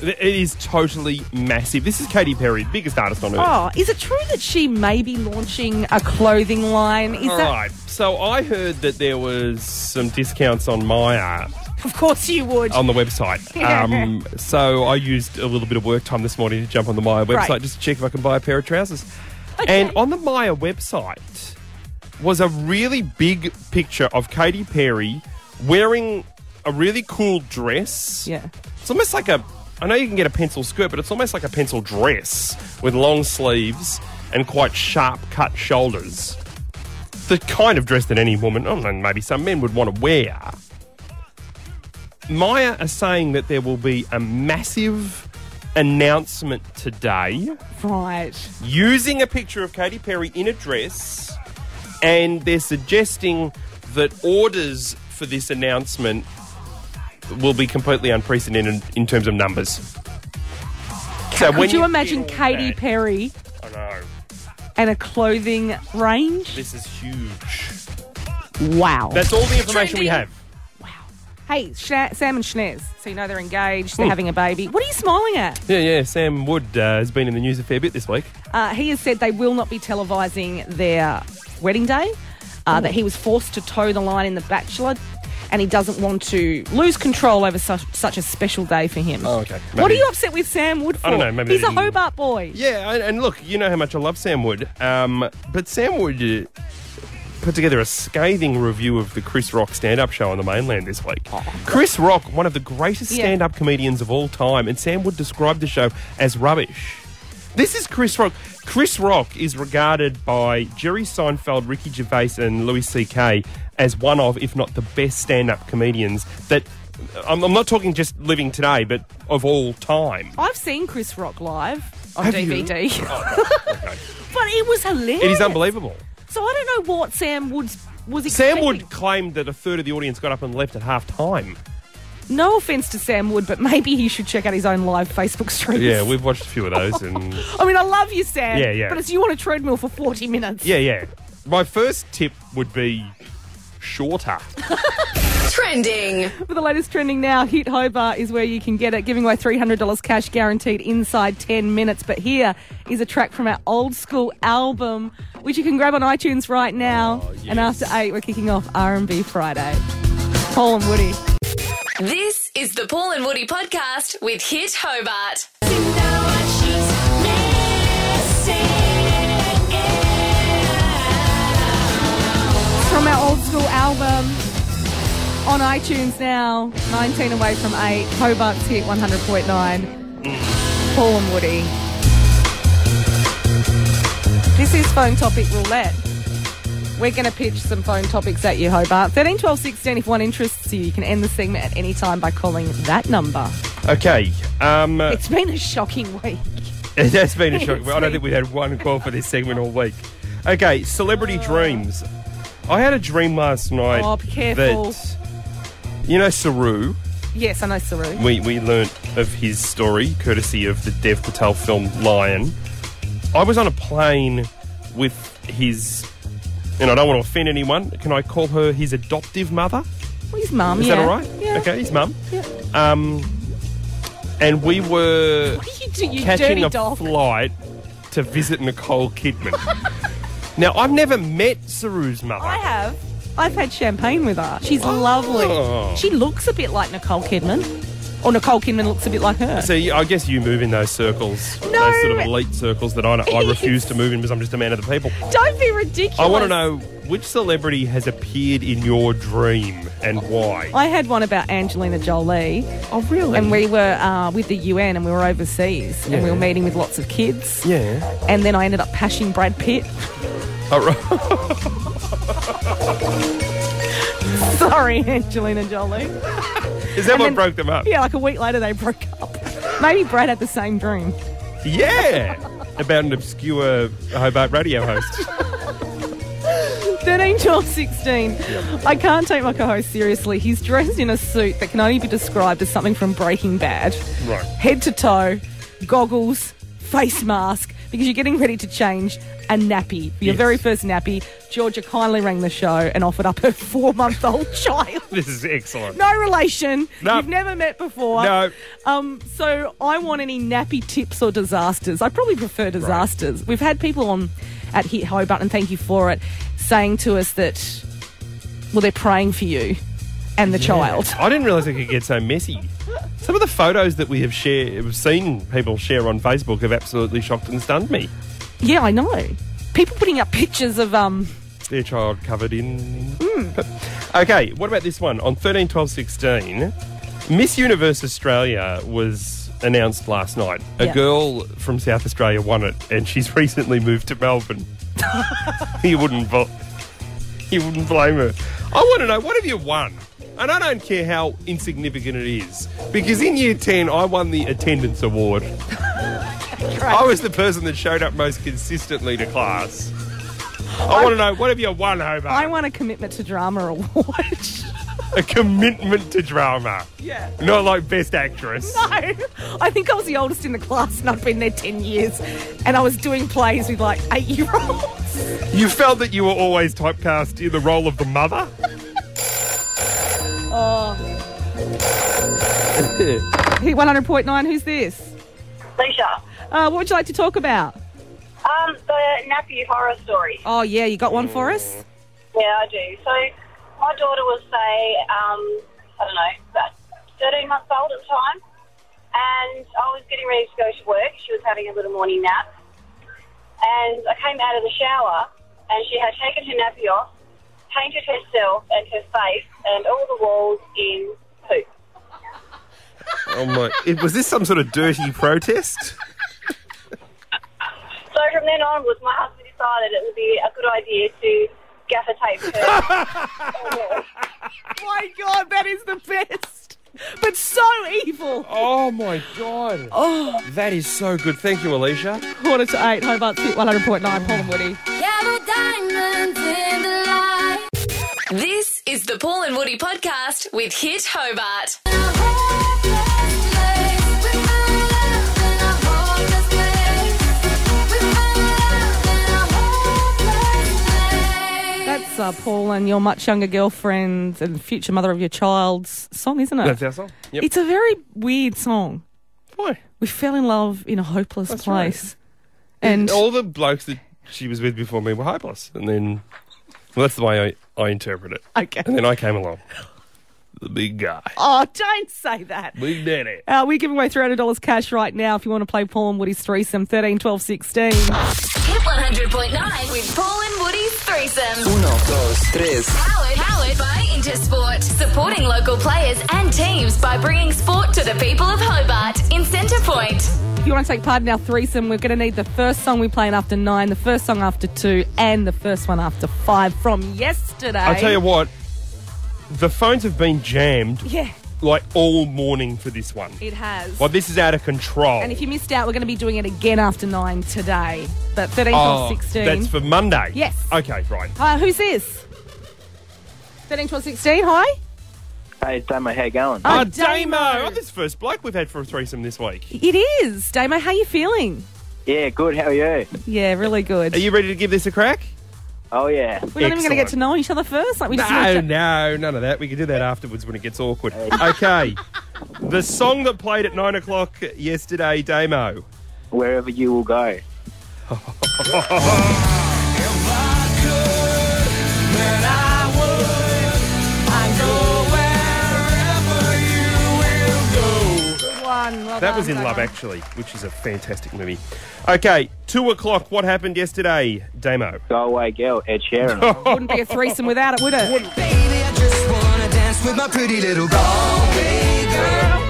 S4: It is totally massive. This is Katy Perry, the biggest artist on earth.
S3: Oh, is it true that she may be launching a clothing line? Is
S4: All
S3: that
S4: right. So I heard that there was some discounts on my art
S3: Of course you would.
S4: on the website. Um, so I used a little bit of work time this morning to jump on the Maya website
S3: Right.
S4: just to check if I can buy a pair of trousers. And on the Maya website was a really big picture of Katy Perry wearing a really cool dress.
S3: Yeah.
S4: It's almost like a I know you can get a pencil skirt, but it's almost like a pencil dress with long sleeves and quite sharp cut shoulders. The kind of dress that any woman, oh, and maybe some men would want to wear. Maya are saying that there will be a massive announcement today
S3: right?
S4: using a picture of Katy Perry in a dress, and they're suggesting that orders for this announcement will be completely unprecedented in, in terms of numbers. So
S3: Could you, imagine
S4: feel
S3: Katy
S4: that-
S3: Perry
S4: I know
S3: and a clothing range?
S4: this is huge.
S3: Wow.
S4: That's all the information we have.
S3: Hey, Shna- Sam and Schnez. So you know they're engaged, they're
S4: Hmm.
S3: having a baby. What are you smiling at?
S4: Yeah, yeah. Sam Wood uh, has been in the news a fair bit this week.
S3: Uh, he has said they will not be televising their wedding day, uh, that he was forced to toe the line in The Bachelor. And he doesn't want to lose control over such, such a special day for him.
S4: Oh, okay.
S3: What are
S4: Maybe-
S3: you upset with Sam Wood for?
S4: I don't know, maybe
S3: He's
S4: they
S3: a
S4: didn't-
S3: Hobart boy.
S4: Yeah, and, and look, you know how much I love Sam Wood, um, but Sam Wood uh, put together a scathing review of the Chris Rock stand-up show on the mainland this week. Chris Rock, one of the greatest
S17: Yeah.
S4: stand-up comedians of all time, and Sam Wood described the show as rubbish. This is Chris Rock. Chris Rock is regarded by Jerry Seinfeld, Ricky Gervais, and Louis C.K. as one of, if not the best stand-up comedians that. I'm, I'm not talking just living today, but of all time.
S3: I've seen Chris Rock live on
S4: Have you? Oh.
S3: DVD. <laughs> but it was hilarious.
S4: It is unbelievable.
S3: So I don't know what Sam Woods was expecting.
S4: Sam Wood claimed that a third of the audience got up and left at half time.
S3: No offense to Sam Wood, but maybe he should check out his own live Facebook streams.
S4: Yeah, we've watched a few of those, and
S3: I mean, I love you, Sam.
S4: Yeah, yeah.
S3: But it's you on a treadmill for 40 minutes.
S4: <laughs> yeah, yeah. My first tip would be shorter.
S3: Trending. For the latest trending now, Hit Hobart is where you can get it, giving away $300 cash guaranteed inside 10 minutes. But here is a track from our old school album, which you can grab on iTunes right now.
S4: Oh,
S3: And after 8, we're kicking off R&B Friday. Paul and Woody.
S2: This is the Paul and Woody podcast with Hit Hobart.
S3: from our old school album on iTunes now. 19 away from 8. Hobart's hit 100.9. Paul and Woody. This is Phone Topic Roulette. We're going to pitch some phone topics at you, Hobart. 13, 12, 16. If one interests you, you can end the segment at any time by calling that number.
S4: <laughs> Okay, um, <laughs>
S3: It's been a shocking week.
S4: it has been a shock.
S3: It's
S4: I don't
S3: been-
S4: think we had one call for this segment all week. Okay, celebrity dreams. I had a dream last night.
S3: Oh, be careful.
S4: That, you know, Saru.
S3: Yes, I know Saru.
S4: We, we learnt of his story courtesy of the Dev Patel film Lion. I was on a plane with his, and I don't want to offend anyone. Can I call her his adoptive mother?
S3: Well, his mum,
S4: Is
S3: yeah.
S4: that all right?
S3: Yeah.
S4: Okay, his mum. Um, and we were
S3: You, do- you
S4: catching
S3: dirty
S4: a
S3: dog.
S4: flight to visit
S3: <laughs>
S4: Nicole Kidman. now, I've never met Saru's mother.
S3: I have. I've had champagne with her. She's lovely.
S4: Oh.
S3: She looks a bit like Nicole Kidman. Or Nicole Kidman looks a bit like her.
S4: So you- I guess you move in those circles,
S3: No.
S4: those sort of elite circles that I,
S3: <laughs>
S4: I refuse to move in because I'm just a man of the people.
S3: Don't be ridiculous.
S4: I want to know which celebrity has appeared in your dream and why.
S3: I had one about Angelina Jolie.
S4: Oh, really?
S3: And we were uh, with the UN and we were overseas and we were
S4: Yeah.
S3: meeting with lots of kids.
S4: Yeah.
S3: And then I ended up pashing Brad Pitt. <laughs>
S4: All Oh, right. <laughs>
S3: Sorry, Angelina Jolie.
S4: Is that
S3: And
S4: what
S3: then-
S4: broke them up?
S3: Yeah, like a week later they broke up. Maybe Brad had the same dream.
S4: Yeah. About an obscure Hobart radio
S3: <laughs>
S4: host.
S3: 13, 12, 16. I can't take my co host seriously. He's dressed in a suit that can only be described as something from Breaking Bad.
S4: Right.
S3: Head to toe, goggles, face mask, because you're getting ready to change a nappy for your very first nappy. Georgia kindly rang the show and offered up her four month old <laughs> child.
S4: This is excellent.
S3: No relation.
S4: No.
S3: You've never met before.
S4: No.
S3: Um, so I want any nappy tips or disasters. I probably prefer disasters. We've had people on at Hit Hobart, and thank you for it, saying to us that, well, they're praying for you and the child.
S4: I didn't realize it could get so messy. Some of the photos that we have share, have seen people share on Facebook have absolutely shocked and stunned me.
S3: Yeah, I know. People putting up pictures of um.
S4: Their child covered in. Okay, what about this one? On 13, 12, 16, Miss Universe Australia was announced last night. A
S3: Yeah.
S4: girl from South Australia won it, and she's <laughs> recently moved to Melbourne. you wouldn't, bl- you wouldn't blame her. I want to know what have you won? And I don't care how insignificant it is, because in year 10, I won the attendance award. I was the person that showed up most consistently to class. I want to know what have you won, Hobart?
S3: I won a commitment to drama award. <laughs>
S4: a commitment to drama.
S3: Yeah.
S4: Not like best actress.
S3: No, I think I was the oldest in the class and I'd been there 10 years. And I was doing plays with like eight year olds. <laughs>
S4: You felt that you were always typecast in the role of the mother?
S3: Oh. Hit 100.9, who's this?
S17: Leisha.
S3: Uh, what would you like to talk about?
S17: Um, the nappy horror story.
S3: Oh, yeah, you got one for us?
S17: Yeah, I do. So my daughter was say, um, I don't know, about 13 months old at the time, and I was getting ready to go to work. She was having a little morning nap, and I came out of the shower, and she had taken her nappy off, painted herself and her face and all the walls in poop.
S4: Oh my. It, was this some sort of dirty protest?
S17: So from then onwards, my husband decided it would be a good idea to gaffer tape her.
S3: My God, that is the best. But so evil.
S4: Oh, my God.
S3: Oh.
S4: That is so good. Thank you, Alicia.
S3: Quarter to eight, Hobart's Hit 100.9, Paul and Woody.
S2: Yellow diamonds in the light. This is the Paul and Woody podcast with Hit Hobart.
S3: That's uh, Paul and your much younger girlfriend and future mother of your child's song, isn't it?
S4: That's our song. Yep.
S3: It's a very weird song.
S4: Why?
S3: We fell in love in a hopeless
S4: That's right.
S3: place. And
S4: all the blokes that she was with before me were hopeless. And then. Well, that's the way I, I
S3: <laughs>
S4: interpret it.
S3: Okay.
S4: And then I came along. The big guy.
S3: Oh, don't say that.
S4: Big Daddy.
S3: Uh, we're giving away $300 cash right now if you want to play Paul and Woody's threesome, 13, 12, 16.
S2: Hit 100.9 with Paul and Woody's threesome.
S13: dos, tres.
S2: Powered, powered by Intersport. Supporting local players and teams by bringing sport to the people of Hobart in Centre Point.
S3: If you want to take part in our threesome, we're going to need the first song we played after nine, the first song after two, and the first one after five from yesterday.
S4: I'll tell you what, the phones have been jammed
S3: Yeah,
S4: like all morning for this one.
S3: it has.
S4: Well, this is out of control.
S3: And if you missed out, we're going to be doing it again after nine today. But 13, 12, 16.
S4: Oh, That's for Monday.
S3: Yes.
S4: Okay, right.
S3: Uh, who's this? 13, 12, 16. Hi.
S14: Hey, Damo, how you going?
S3: Oh,
S4: Damo.
S3: Damo.
S4: Oh, this is the first bloke we've had for a threesome this week.
S3: It is. Damo, how you feeling?
S14: Yeah, good. How are you?
S3: Yeah, really good.
S4: Are you ready to give this
S3: <laughs>
S4: a crack?
S14: Oh, yeah.
S3: We're not even going to get to know each other first. Like we just
S4: No,
S3: need to-
S4: no, none of that. We can do that afterwards when it gets awkward. Okay. the song that played at nine o'clock yesterday, Damo.
S14: Wherever you will go.
S3: One. Well
S4: That was
S3: done,
S4: in Love
S3: Damo.
S4: Actually, which is a fantastic movie. Okay, two o'clock. What happened yesterday, Damo?
S14: Go away, girl. Ed Sheeran.
S3: Wouldn't
S4: <laughs>
S3: be a threesome without it, would it?
S13: Baby, I just wanna dance with my pretty little Galway girl.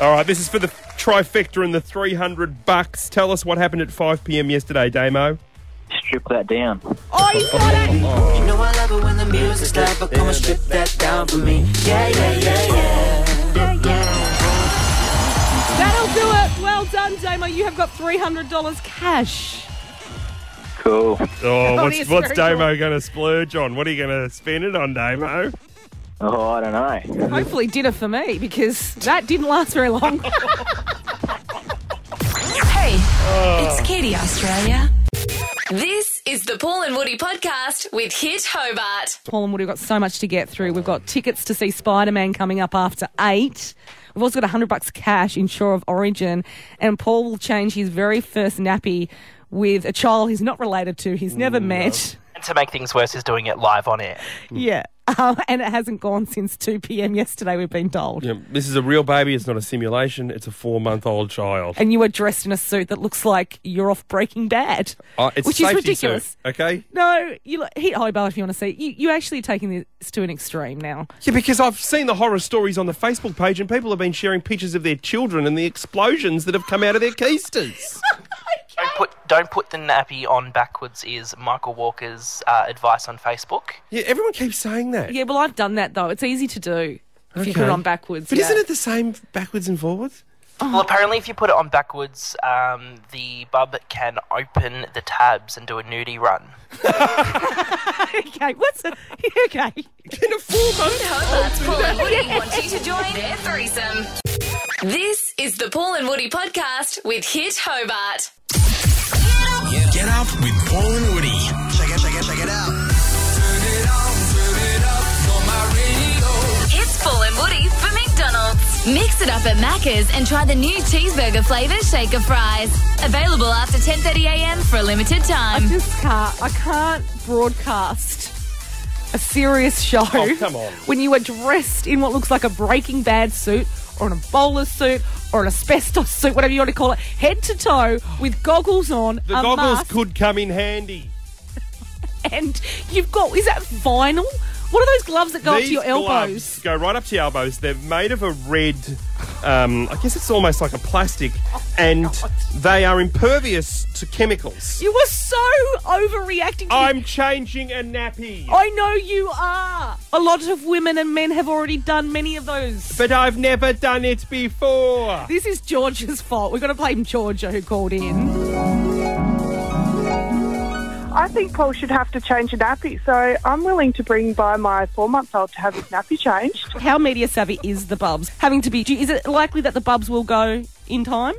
S4: All right, this is for the trifecta and the 300 bucks. Tell us what happened at 5 p.m. yesterday, Damo.
S14: Strip that down.
S3: Oh, you got it.
S13: You know I love it when the music's loud, but come on, strip that down for me. Yeah, yeah, yeah, yeah.
S3: That'll do it. Well done, Damo. You have got $300 cash.
S14: Cool.
S4: <laughs> Oh,
S3: Oh,
S4: what's,
S3: it's
S4: what's
S3: very
S4: Damo going to splurge on? What are you going to spend it on, Damo?
S14: Oh, I don't know.
S3: Hopefully,
S4: <laughs>
S3: dinner for me because that didn't last very long.
S2: Hey,
S13: Ah.
S2: It's Katie Australia. This is the Paul and Woody podcast with Hit Hobart.
S3: Paul and Woody, we've got so much to get through. We've got tickets to see Spider Man coming up after eight. We've also got 100 bucks cash in Shore of Origin. And Paul will change his very first nappy with a child he's not related to, he's never met.
S16: And to make things worse, is doing it live on air.
S3: <laughs> Yeah. Um, and it hasn't gone since 2 p.m. yesterday, we've been told.
S4: Yeah, this is a real baby. It's not a simulation. It's a four-month-old child.
S3: And you were dressed in a suit that looks like you're off Breaking Bad,
S4: Uh, it's
S3: which is
S4: safety
S3: ridiculous.
S4: suit, okay.
S3: No, you lo- hit Hobart if you want to see. You, you're actually taking this to an extreme now.
S4: Yeah, because I've seen the horror stories on the Facebook page, and people have been sharing pictures of their children and the explosions that have come out of their <laughs> keisters.
S16: Don't put don't put the nappy on backwards. Is Michael Walker's uh, advice on Facebook?
S4: Yeah, everyone keeps saying that.
S3: Yeah, well, I've done that though. It's easy to do if you put it
S16: Okay.
S3: on backwards.
S16: But isn't
S4: it the same backwards and forwards?
S16: Well, apparently, if you put it on backwards, um, the bub can open the tabs and do a nudie run.
S3: <laughs> okay, what's it? <laughs> Okay.
S4: In a four month
S2: Hobart's Paul and Woody want you to join their threesome. This is the Paul and Woody podcast with Hit Hobart.
S1: Get up with Paul and Woody. Check it, check it, check it out.
S2: It's Paul and Woody for McDonald's. Mix it up at Macca's and try the new cheeseburger flavour shaker fries. Available after 10.30am for a limited time. I
S3: just can't. I can't broadcast a serious show.
S2: Oh, come on.
S3: <laughs> When you are dressed in what looks like a Breaking Bad suit or an Ebola suit or an asbestos suit, whatever you want to call it, head to toe with goggles on,
S4: The
S3: a
S4: goggles
S3: mask,
S4: could come in handy.
S3: and you've got is that vinyl? What are those gloves that go up to
S4: These
S3: your elbows?
S4: gloves Go right up to your elbows. They're made of a red. Um, I guess it's almost like a plastic,
S3: Oh,
S4: and they are impervious to chemicals.
S3: You were so overreacting. To
S4: I'm changing a nappy.
S3: I know you are. A lot of women and men have already done many of those.
S4: But I've never done it
S3: <laughs>
S4: before.
S3: This is George's fault. We've got to blame Georgia who called in.
S15: I think Paul should have to change a nappy, so I'm willing to bring by my four-month-old to have his nappy changed.
S3: How media savvy is the Bubs? Having to be. Is it likely that the Bubs will go in time?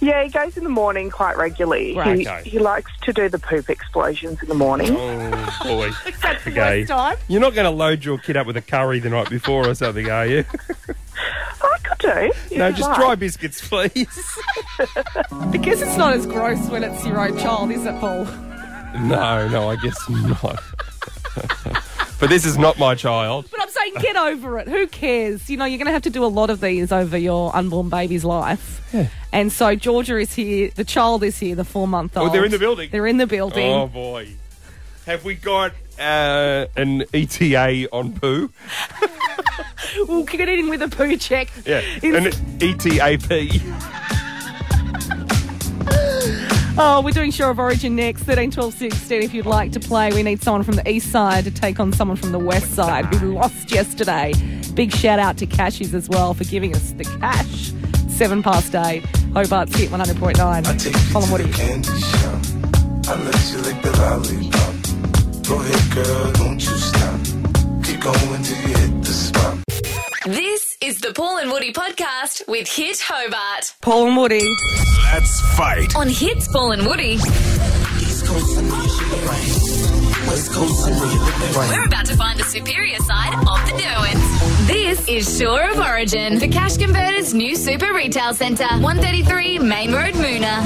S15: Yeah, he goes in the morning quite regularly.
S3: Right.
S15: He,
S4: Okay.
S15: he likes to do the poop explosions in the morning.
S4: Oh
S3: <laughs>
S4: boy!
S15: That's the
S4: Okay.
S15: worst time.
S4: You're not going to load your kid up with a curry the night before or something,
S3: <laughs>
S4: are you?
S15: I could do.
S4: no,
S3: you'd
S4: just
S3: like.
S4: dry biscuits, please. <laughs>
S3: Because it's not as gross when it's your own child, is it, Paul?
S4: no, no, I guess not. <laughs> but this is not my child.
S3: But I'm saying get over it. Who cares? You know, you're going to have to do a lot of these over your unborn baby's life. And so Georgia is here, the child is here, the four month old.
S4: Oh, they're in the building.
S3: They're in the building.
S4: Oh boy! Have we got uh, an ETA on poo?
S3: We'll get it in with a poo check.
S4: Yeah, an E ETAP.
S3: Oh, we're doing Shore of Origin next, 13, 12, 16. If you'd like to play, we need someone from the east side to take on someone from the west side. We lost yesterday. Big shout out to Cashies as well for giving us the cash. Seven past eight. Hobart's hit 100.9. Colin Woody.
S6: I let you lick the lollipop. Go ahead, girl, don't you stop. Keep
S1: um
S6: going till you hit the spot.
S2: This is the Paul and Woody podcast with Hit Hobart.
S3: Paul and Woody.
S1: Let's fight.
S2: On Hits Paul and Woody. We're about to find the superior side of the Derwents. This is Shore of Origin, the Cash Converters new super retail centre, 133 Main Road, Moona.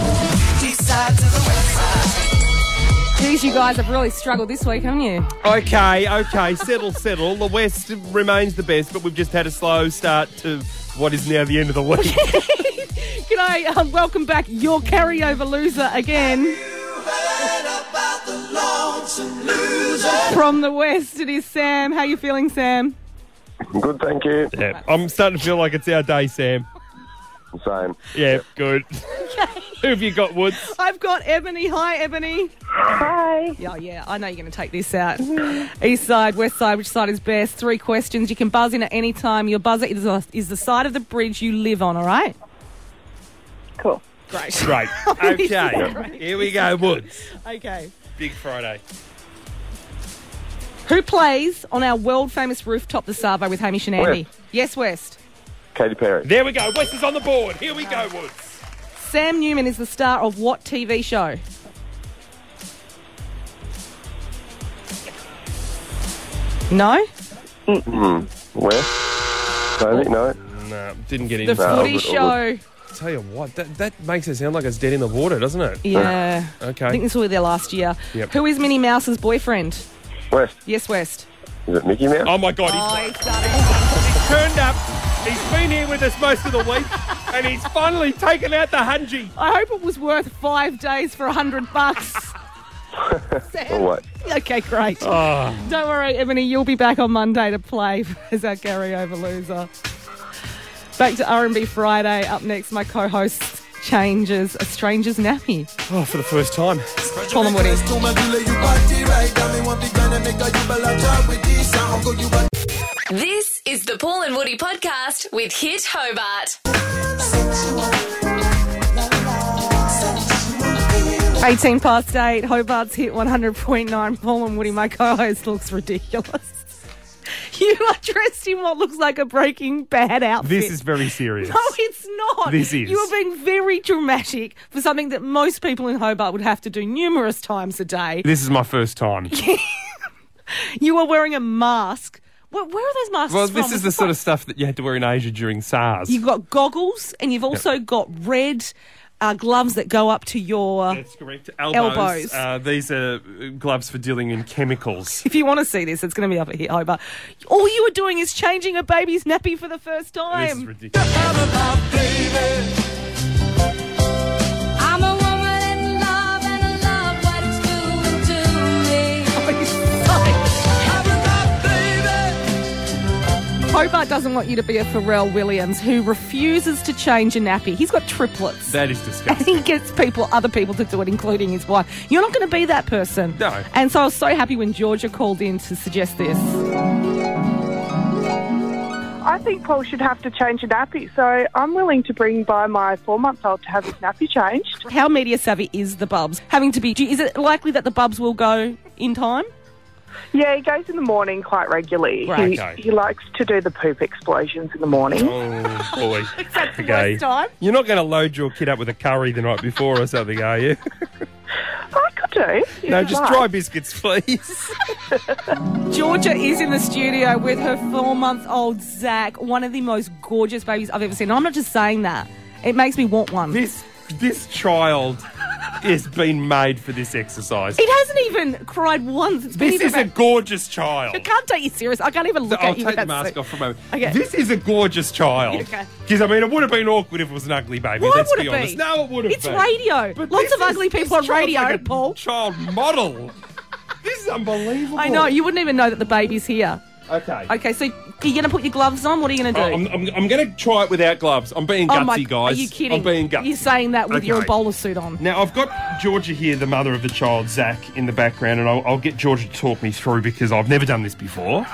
S3: Geez, you guys have really struggled this week, haven't you?
S4: Okay, okay, settle, settle. The West remains the best, but we've just had a slow start to what is now the end of the week.
S3: Can I um, welcome back your carryover loser again? From the west, it is Sam. How you feeling, Sam?
S4: Good, thank you. <laughs> Yeah, I'm starting to feel like it's our day, Sam. Same. Yeah, good. Who <laughs> have you got, Woods?
S3: I've got Ebony. Hi, Ebony. Hi. Yeah, yeah. I know you're going to take this out. East side, west side. Which side is best? Three questions. You can buzz in at any time. Your buzzer is, is the side of the bridge you live on. All right. Cool. Great.
S4: <laughs> Great. Okay,
S3: Great.
S4: here we go, Woods.
S3: Okay.
S4: Big Friday.
S3: Who plays on our world famous rooftop, the Savo, with Hamish and Andy?
S4: West.
S3: Yes, West.
S4: Katy Perry. There we go. West is on the board. Here we go, Woods.
S3: Sam Newman is the star of what TV show? No?
S14: Mm. Where? Tony? No.
S4: No, didn't get
S3: The
S4: into that.
S3: Footy Show.
S4: Tell you what, that, that makes it sound like it's dead in the water, doesn't it?
S3: Yeah.
S4: Okay.
S3: I think this will be their last year.
S4: Yep.
S3: Who is Minnie Mouse's boyfriend?
S14: West.
S3: Yes, West.
S14: Is it Mickey Mouse?
S4: Oh my God, he's, he's turned up. He's been here with us most of the week, <laughs> and he's finally taken out the hunji.
S3: I hope it was worth five days for a hundred bucks.
S14: All right.
S3: <laughs> Okay, great.
S14: Ah.
S3: Don't worry, Ebony, you'll be back on Monday to play <laughs> as our carryover loser. Back to R&B Friday. Up next, my co-host changes a stranger's nappy.
S4: Oh, for the first time.
S3: Colin Woody.
S2: This is the Paul and Woody podcast with Hit Hobart.
S3: 18 past 8, Hobart's hit 100.9. Paul and Woody, my co host, looks ridiculous. <laughs> You are dressed in what looks like a Breaking Bad outfit.
S4: This is very serious.
S3: No, it's not.
S4: This is.
S3: You are being very dramatic for something that most people in Hobart would have to do numerous times a day.
S4: This is my first time.
S3: You are wearing a mask. Where, where are those masks
S4: Well,
S3: from?
S4: this is the sort of stuff that you had to wear in Asia during SARS.
S3: You've got goggles and you've also got red uh, gloves that go up to your.
S4: That's correct.
S3: Elbows.
S4: Uh, these are uh, gloves for dealing in chemicals.
S3: If you want to see this, it's going to be up at Hit Hobart. All you were doing is changing a baby's nappy for the first time.
S4: This is
S3: <laughs>
S4: ridiculous.
S11: I'm a woman in love and I love what it's doing to me.
S3: Hobart doesn't want you to be a Pharrell Williams who refuses to change a nappy. He's got triplets.
S4: That is
S3: <laughs> And
S4: disgusting.
S3: he gets people, other people to do it, including his wife. You're not going to be that person.
S4: No.
S3: And so I was so happy when Georgia called in to suggest this.
S15: I think Paul should have to change a nappy, so I'm willing to bring by my four month old to have his nappy changed.
S3: How media savvy is the Bubs? Having to be, do- is it likely that the Bubs will go in time?
S15: Yeah, he goes in the morning quite regularly.
S4: Right,
S15: he,
S4: okay.
S15: he likes to do the poop explosions in the morning.
S4: Oh boy!
S3: <laughs>
S4: okay.
S15: worst time.
S4: You're not going to load your kid up with a curry the night before or something, are
S3: <laughs>
S4: you?
S15: I could do. if
S4: no,
S15: you
S4: just
S15: like.
S4: dry biscuits, please.
S3: Georgia is in the studio with her four month old Zach, one of the most gorgeous babies I've ever seen. I'm not just saying that, it makes me want one.
S4: this this child has been made for this exercise.
S3: It hasn't even cried once. It's been
S4: This
S3: even
S4: is a
S3: about-
S4: gorgeous child.
S3: I can't take you serious. I can't even look
S4: I'll
S3: at you.
S4: take the
S3: with that
S4: mask
S3: suit.
S4: off for a moment.
S3: Okay.
S4: This is a gorgeous child.
S3: Okay.
S4: Because I mean, it would have been awkward if it was an ugly baby.
S3: Why
S4: let's
S3: would
S4: be
S3: it
S4: honest.
S3: be?
S4: No, it would have.
S3: It's
S4: been.
S3: radio.
S4: But
S3: Lots
S4: this
S3: of ugly
S4: is- this
S3: people on
S4: child's
S3: radio,
S4: like a
S3: Paul.
S4: Child model. this is unbelievable.
S3: I know, you wouldn't even know that the baby's here.
S4: Okay.
S3: Okay, so you're going to put your gloves on? What are you going to
S4: Oh,
S3: do?
S4: I'm, I'm, I'm going to try it without gloves. I'm being
S3: Oh
S4: gutsy,
S3: my-
S4: guys.
S3: Are you kidding?
S4: I'm being gutsy.
S3: You're saying that with your
S4: Okay.
S3: Ebola suit on.
S4: Now, I've got Georgia here, the mother of the child, Zach, in the background, and I'll, I'll get Georgia to talk me through because I've never done this before.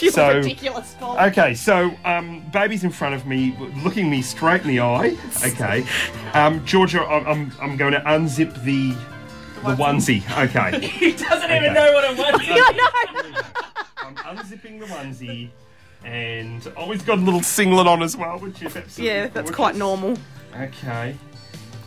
S3: You're
S4: so,
S3: ridiculous, Paul.
S4: Okay, so um, baby's in front of me, w- looking me straight in the eye. Okay, um, Georgia, I'm, I'm, I'm going to unzip the the onesie. Okay,
S3: He doesn't
S4: even know
S3: what I want. <laughs> I know.
S4: I'm unzipping the onesie, and oh, he's got a little singlet on as well, which is absolutely
S3: Yeah, that's
S4: gorgeous.
S3: quite normal.
S4: Okay.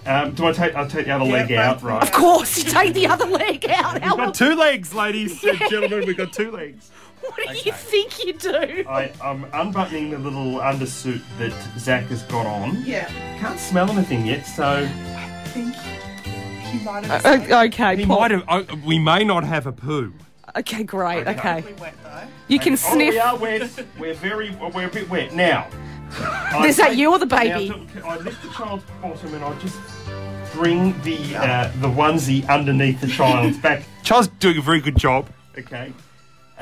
S4: Um, do I take? I'll take the other leg out, right?
S3: Of course, you take the other leg out. How
S4: We've got two legs, ladies and gentlemen. We've got two legs.
S3: what do you think you do?
S4: I, I'm unbuttoning the little undersuit that Zach has got on.
S3: Yeah.
S4: Can't smell anything yet, so
S3: Uh, okay,
S4: he
S3: Paul.
S4: might have. oh, we may not have a poo.
S3: Okay, great.
S4: Okay.
S3: Okay. You can
S4: And- oh,
S3: sniff.
S4: we are wet. We're very. We're a bit wet now. I
S3: Is that
S4: take-
S3: you or the
S4: now,
S3: baby?
S4: look, I lift the child's bottom and I just bring the uh, the onesie underneath the <laughs> child's back. Child's doing a very good job. Okay.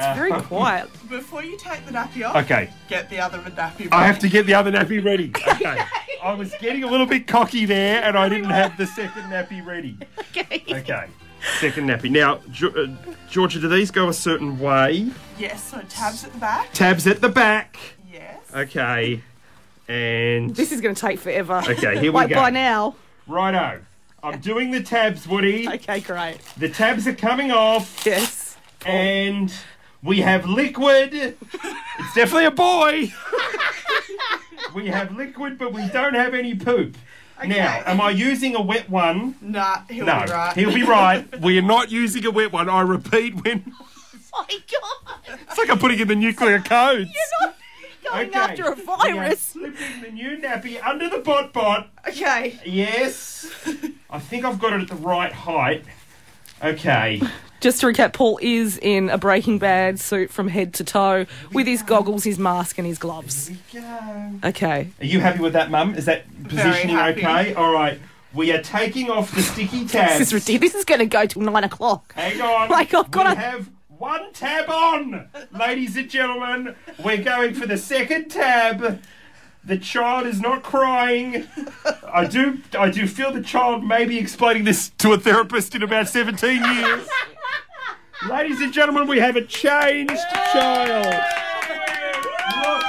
S4: It's
S3: very quiet.
S12: Before you take the nappy off,
S4: Okay.
S12: get the other nappy
S4: I have to get the other nappy ready. Okay. I was getting a little bit cocky there, and I didn't have the second nappy ready.
S12: Okay.
S4: Okay. Second nappy. Now, Ge- uh, Georgia, do these go a certain way?
S12: Yes, so tabs at the back.
S4: Tabs at the back. Yes. Okay. And
S3: This is going to take forever.
S4: Okay, here we
S3: like
S4: go.
S3: By now.
S4: righto. I'm doing the tabs, Woody.
S3: Okay, great.
S4: The tabs are coming off.
S3: Yes.
S4: And we have liquid. It's <laughs> definitely a boy. we have liquid, but we don't have any poop. Now, am I using a wet one?
S18: Nah, he'll
S4: no,
S18: be right.
S4: he'll be right. <laughs> we are not using a wet one. I repeat, when
S18: oh <laughs> my god.
S4: it's like I'm putting in the nuclear codes.
S18: You're not going
S4: Okay.
S18: after a virus.
S4: Slipping the new nappy under the bot bot.
S18: Okay. <laughs>
S4: Yes. I think I've got it at the right height. Okay.
S3: Just to recap, Paul is in a Breaking Bad suit from head to toe with his goggles, his mask, and his gloves. Okay.
S4: Are you happy with that, Mum? Is that positioning
S3: happy.
S4: okay? All right. We are taking off the
S3: <laughs>
S4: sticky
S3: This
S4: tabs.
S3: is ridiculous. This is going to go till nine o'clock.
S4: Hang on.
S3: Like, I've got
S4: we
S3: to.
S4: have one tab on, ladies and gentlemen. We're going for the second tab. The child is not crying. I do, I do feel the child may be explaining this to a therapist in about 17 years. ladies and gentlemen, we have a changed child. Look,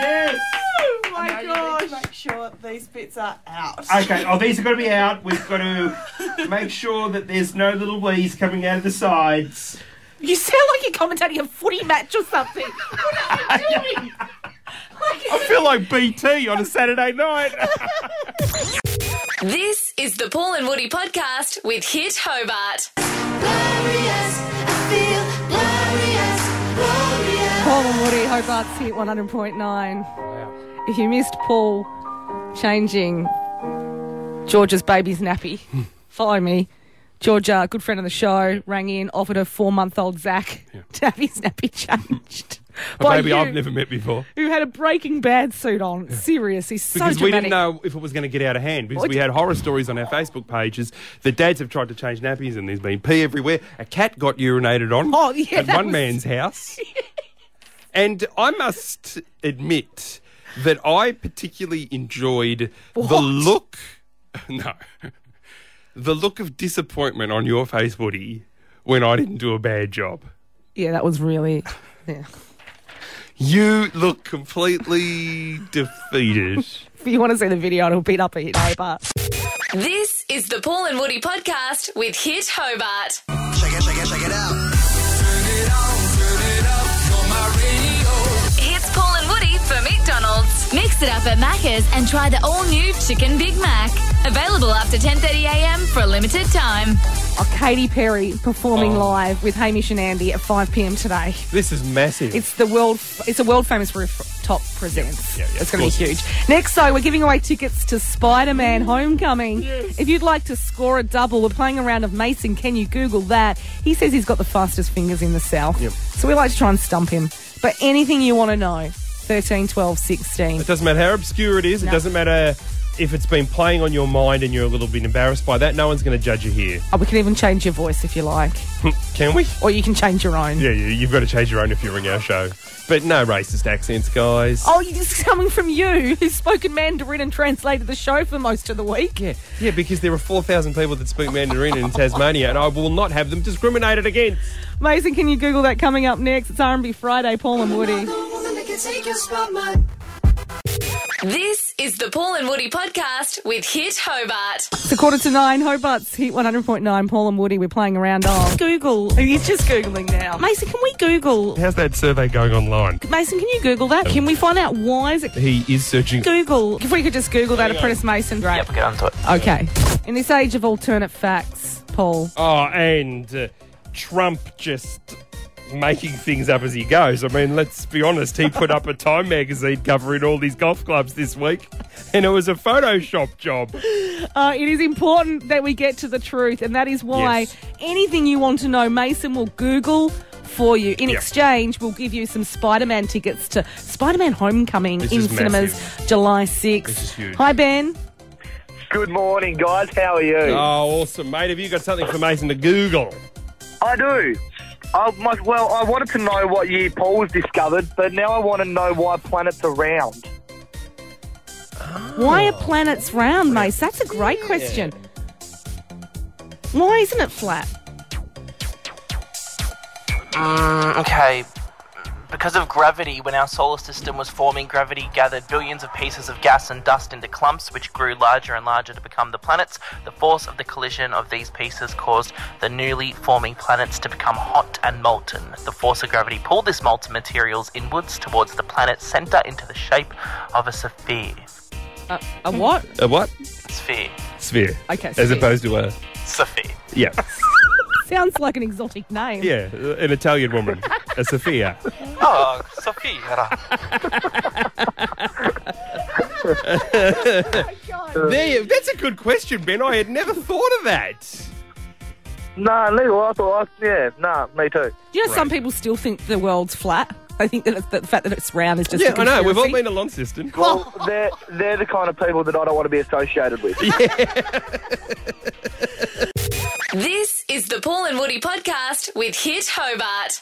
S4: yes.
S18: Oh my gosh. Make sure these bits are out.
S4: Okay, oh, these are going to be out. We've got to make sure that there's no little wheeze coming out of the sides.
S3: You sound like you're commentating a footy match or something. What are you doing?
S4: I feel like BT on a Saturday night.
S2: This is the Paul and Woody podcast with Hit Hobart.
S3: Paul and Woody, Hobart's hit 100.9. If you missed Paul changing George's baby's <laughs> nappy, follow me. Georgia, good friend of the show, rang in, offered her four month old Zach <laughs> to have his nappy changed. by
S4: Maybe
S3: you,
S4: I've never met before.
S3: Who had a Breaking Bad suit on. Serious. He's so
S4: Because we
S3: dramatic.
S4: didn't know if it was going to get out of hand because
S3: What?
S4: we had horror stories on our Facebook pages. The dads have tried to change nappies and there's been pee everywhere. A cat got urinated on
S3: Oh, yeah,
S4: at
S3: that
S4: one
S3: was- <laughs>
S4: man's house. and I must admit that I particularly enjoyed the look. <laughs> No. The look of disappointment on your face, Woody, when I didn't do a bad job.
S3: Yeah, that was really. Yeah.
S4: You look completely defeated.
S3: If you want to see the video, it'll beat up a hit neighbour.
S2: This is the Paul and Woody podcast with Hit Hobart.
S1: Check it, check it, check it out.
S2: Hits Paul and Woody for McDonald's. Mix it up at Macca's and try the all-new Chicken Big Mac. Available after 10.30am for a limited time.
S3: Oh, Katy Perry performing
S4: Oh.
S3: live with Hamish and Andy at 5 pm today.
S4: This is massive.
S3: It's the world. It's a world famous rooftop presents.
S4: yeah,
S3: it's
S4: of
S3: going to be
S4: course it
S3: huge. Next, though, we're giving away tickets to Spider Man Homecoming. If you'd like to score a double, we're playing a round of Mason. Can you Google that? He says he's got the fastest fingers in the south. So we like to try and stump him. But anything you want to know, 13, 12, 16.
S4: It doesn't matter how obscure it is. It
S3: No.
S4: doesn't matter if it's been playing on your mind and you're a little bit embarrassed by that. No one's going to judge
S3: <laughs>
S4: you here.
S3: Oh, we can even change your voice if you like,
S4: Can we?
S3: or you can change your own.
S4: Yeah, you, you've got to change your own if you're in our show. But no racist accents, guys.
S3: Oh, you- this is <laughs> coming from you, who's spoken Mandarin and translated the show for most of the week. Yeah.
S4: Yeah, because there are 4,000 people that speak Mandarin in Tasmania, and I will not have them discriminated against.
S3: Amazing. Can you Google that coming up next? It's R&B Friday, Paul and Woody.
S2: This is the Paul and Woody podcast with Hit Hobart.
S3: It's a quarter to nine. Hobart's Hit 100.9. Paul and Woody, we're playing around on. Google. Are you just Googling now? Mason, can we Google?
S4: How's that survey going online?
S3: Mason, can you Google that? Can we find out why is it...
S4: He is searching.
S3: Google. If we could just Google that,
S4: Hang on.
S3: Apprentice Mason, great.
S16: Yep, get onto it.
S3: Okay. In this age of alternate facts, Paul.
S4: Oh, and uh, Trump just making things up as he goes. I mean, let's be honest, he put up a Time magazine covering all these golf clubs this week, and it was a Photoshop job.
S3: Uh, it is important that we get to the truth, and that is why
S4: Yes.
S3: anything you want to know, Mason will Google for you. In
S4: Yep.
S3: exchange, we'll give you some Spider Man tickets to Spider Man Homecoming
S19: This
S3: in
S19: is
S3: cinemas
S19: massive.
S3: July 6th.
S19: This is huge.
S3: Hi, Ben.
S19: Good morning, guys. How are you?
S4: Oh, awesome, mate. Have you got something for Mason to Google?
S19: I do. I, my, well, I wanted to know what year Paul was discovered, but now I want to know why planets are round.
S3: Why are planets round, Mace? That's a great question. Why isn't it flat?
S16: Mm, okay. Because of gravity, when our solar system was forming, gravity gathered billions of pieces of gas and dust into clumps, which grew larger and larger to become the planets. The force of the collision of these pieces caused the newly forming planets to become hot and molten. The force of gravity pulled this molten materials inwards towards the planet's center into the shape of a sphere.
S3: A what?
S4: A what?
S16: Sphere.
S4: Sphere.
S3: Okay,
S4: As
S3: sphere.
S4: opposed to a.
S16: Sophie.
S4: Yeah.
S3: <laughs> Sounds like an exotic name.
S4: Yeah, an Italian woman. A Sophia.
S16: Oh, Sophie.
S4: There you- that's a good question, Ben. I had never thought of that.
S19: No, neither. I thought, I, yeah, no, me too.
S3: Do you know some people still think the world's flat? I think that it's, the fact that it's round is just.
S4: yeah,
S3: I
S4: I know. We've all been along, system.
S19: Well, they're, they're the kind of people that I don't want to be associated with.
S2: This is the Paul and Woody podcast with Hit Hobart.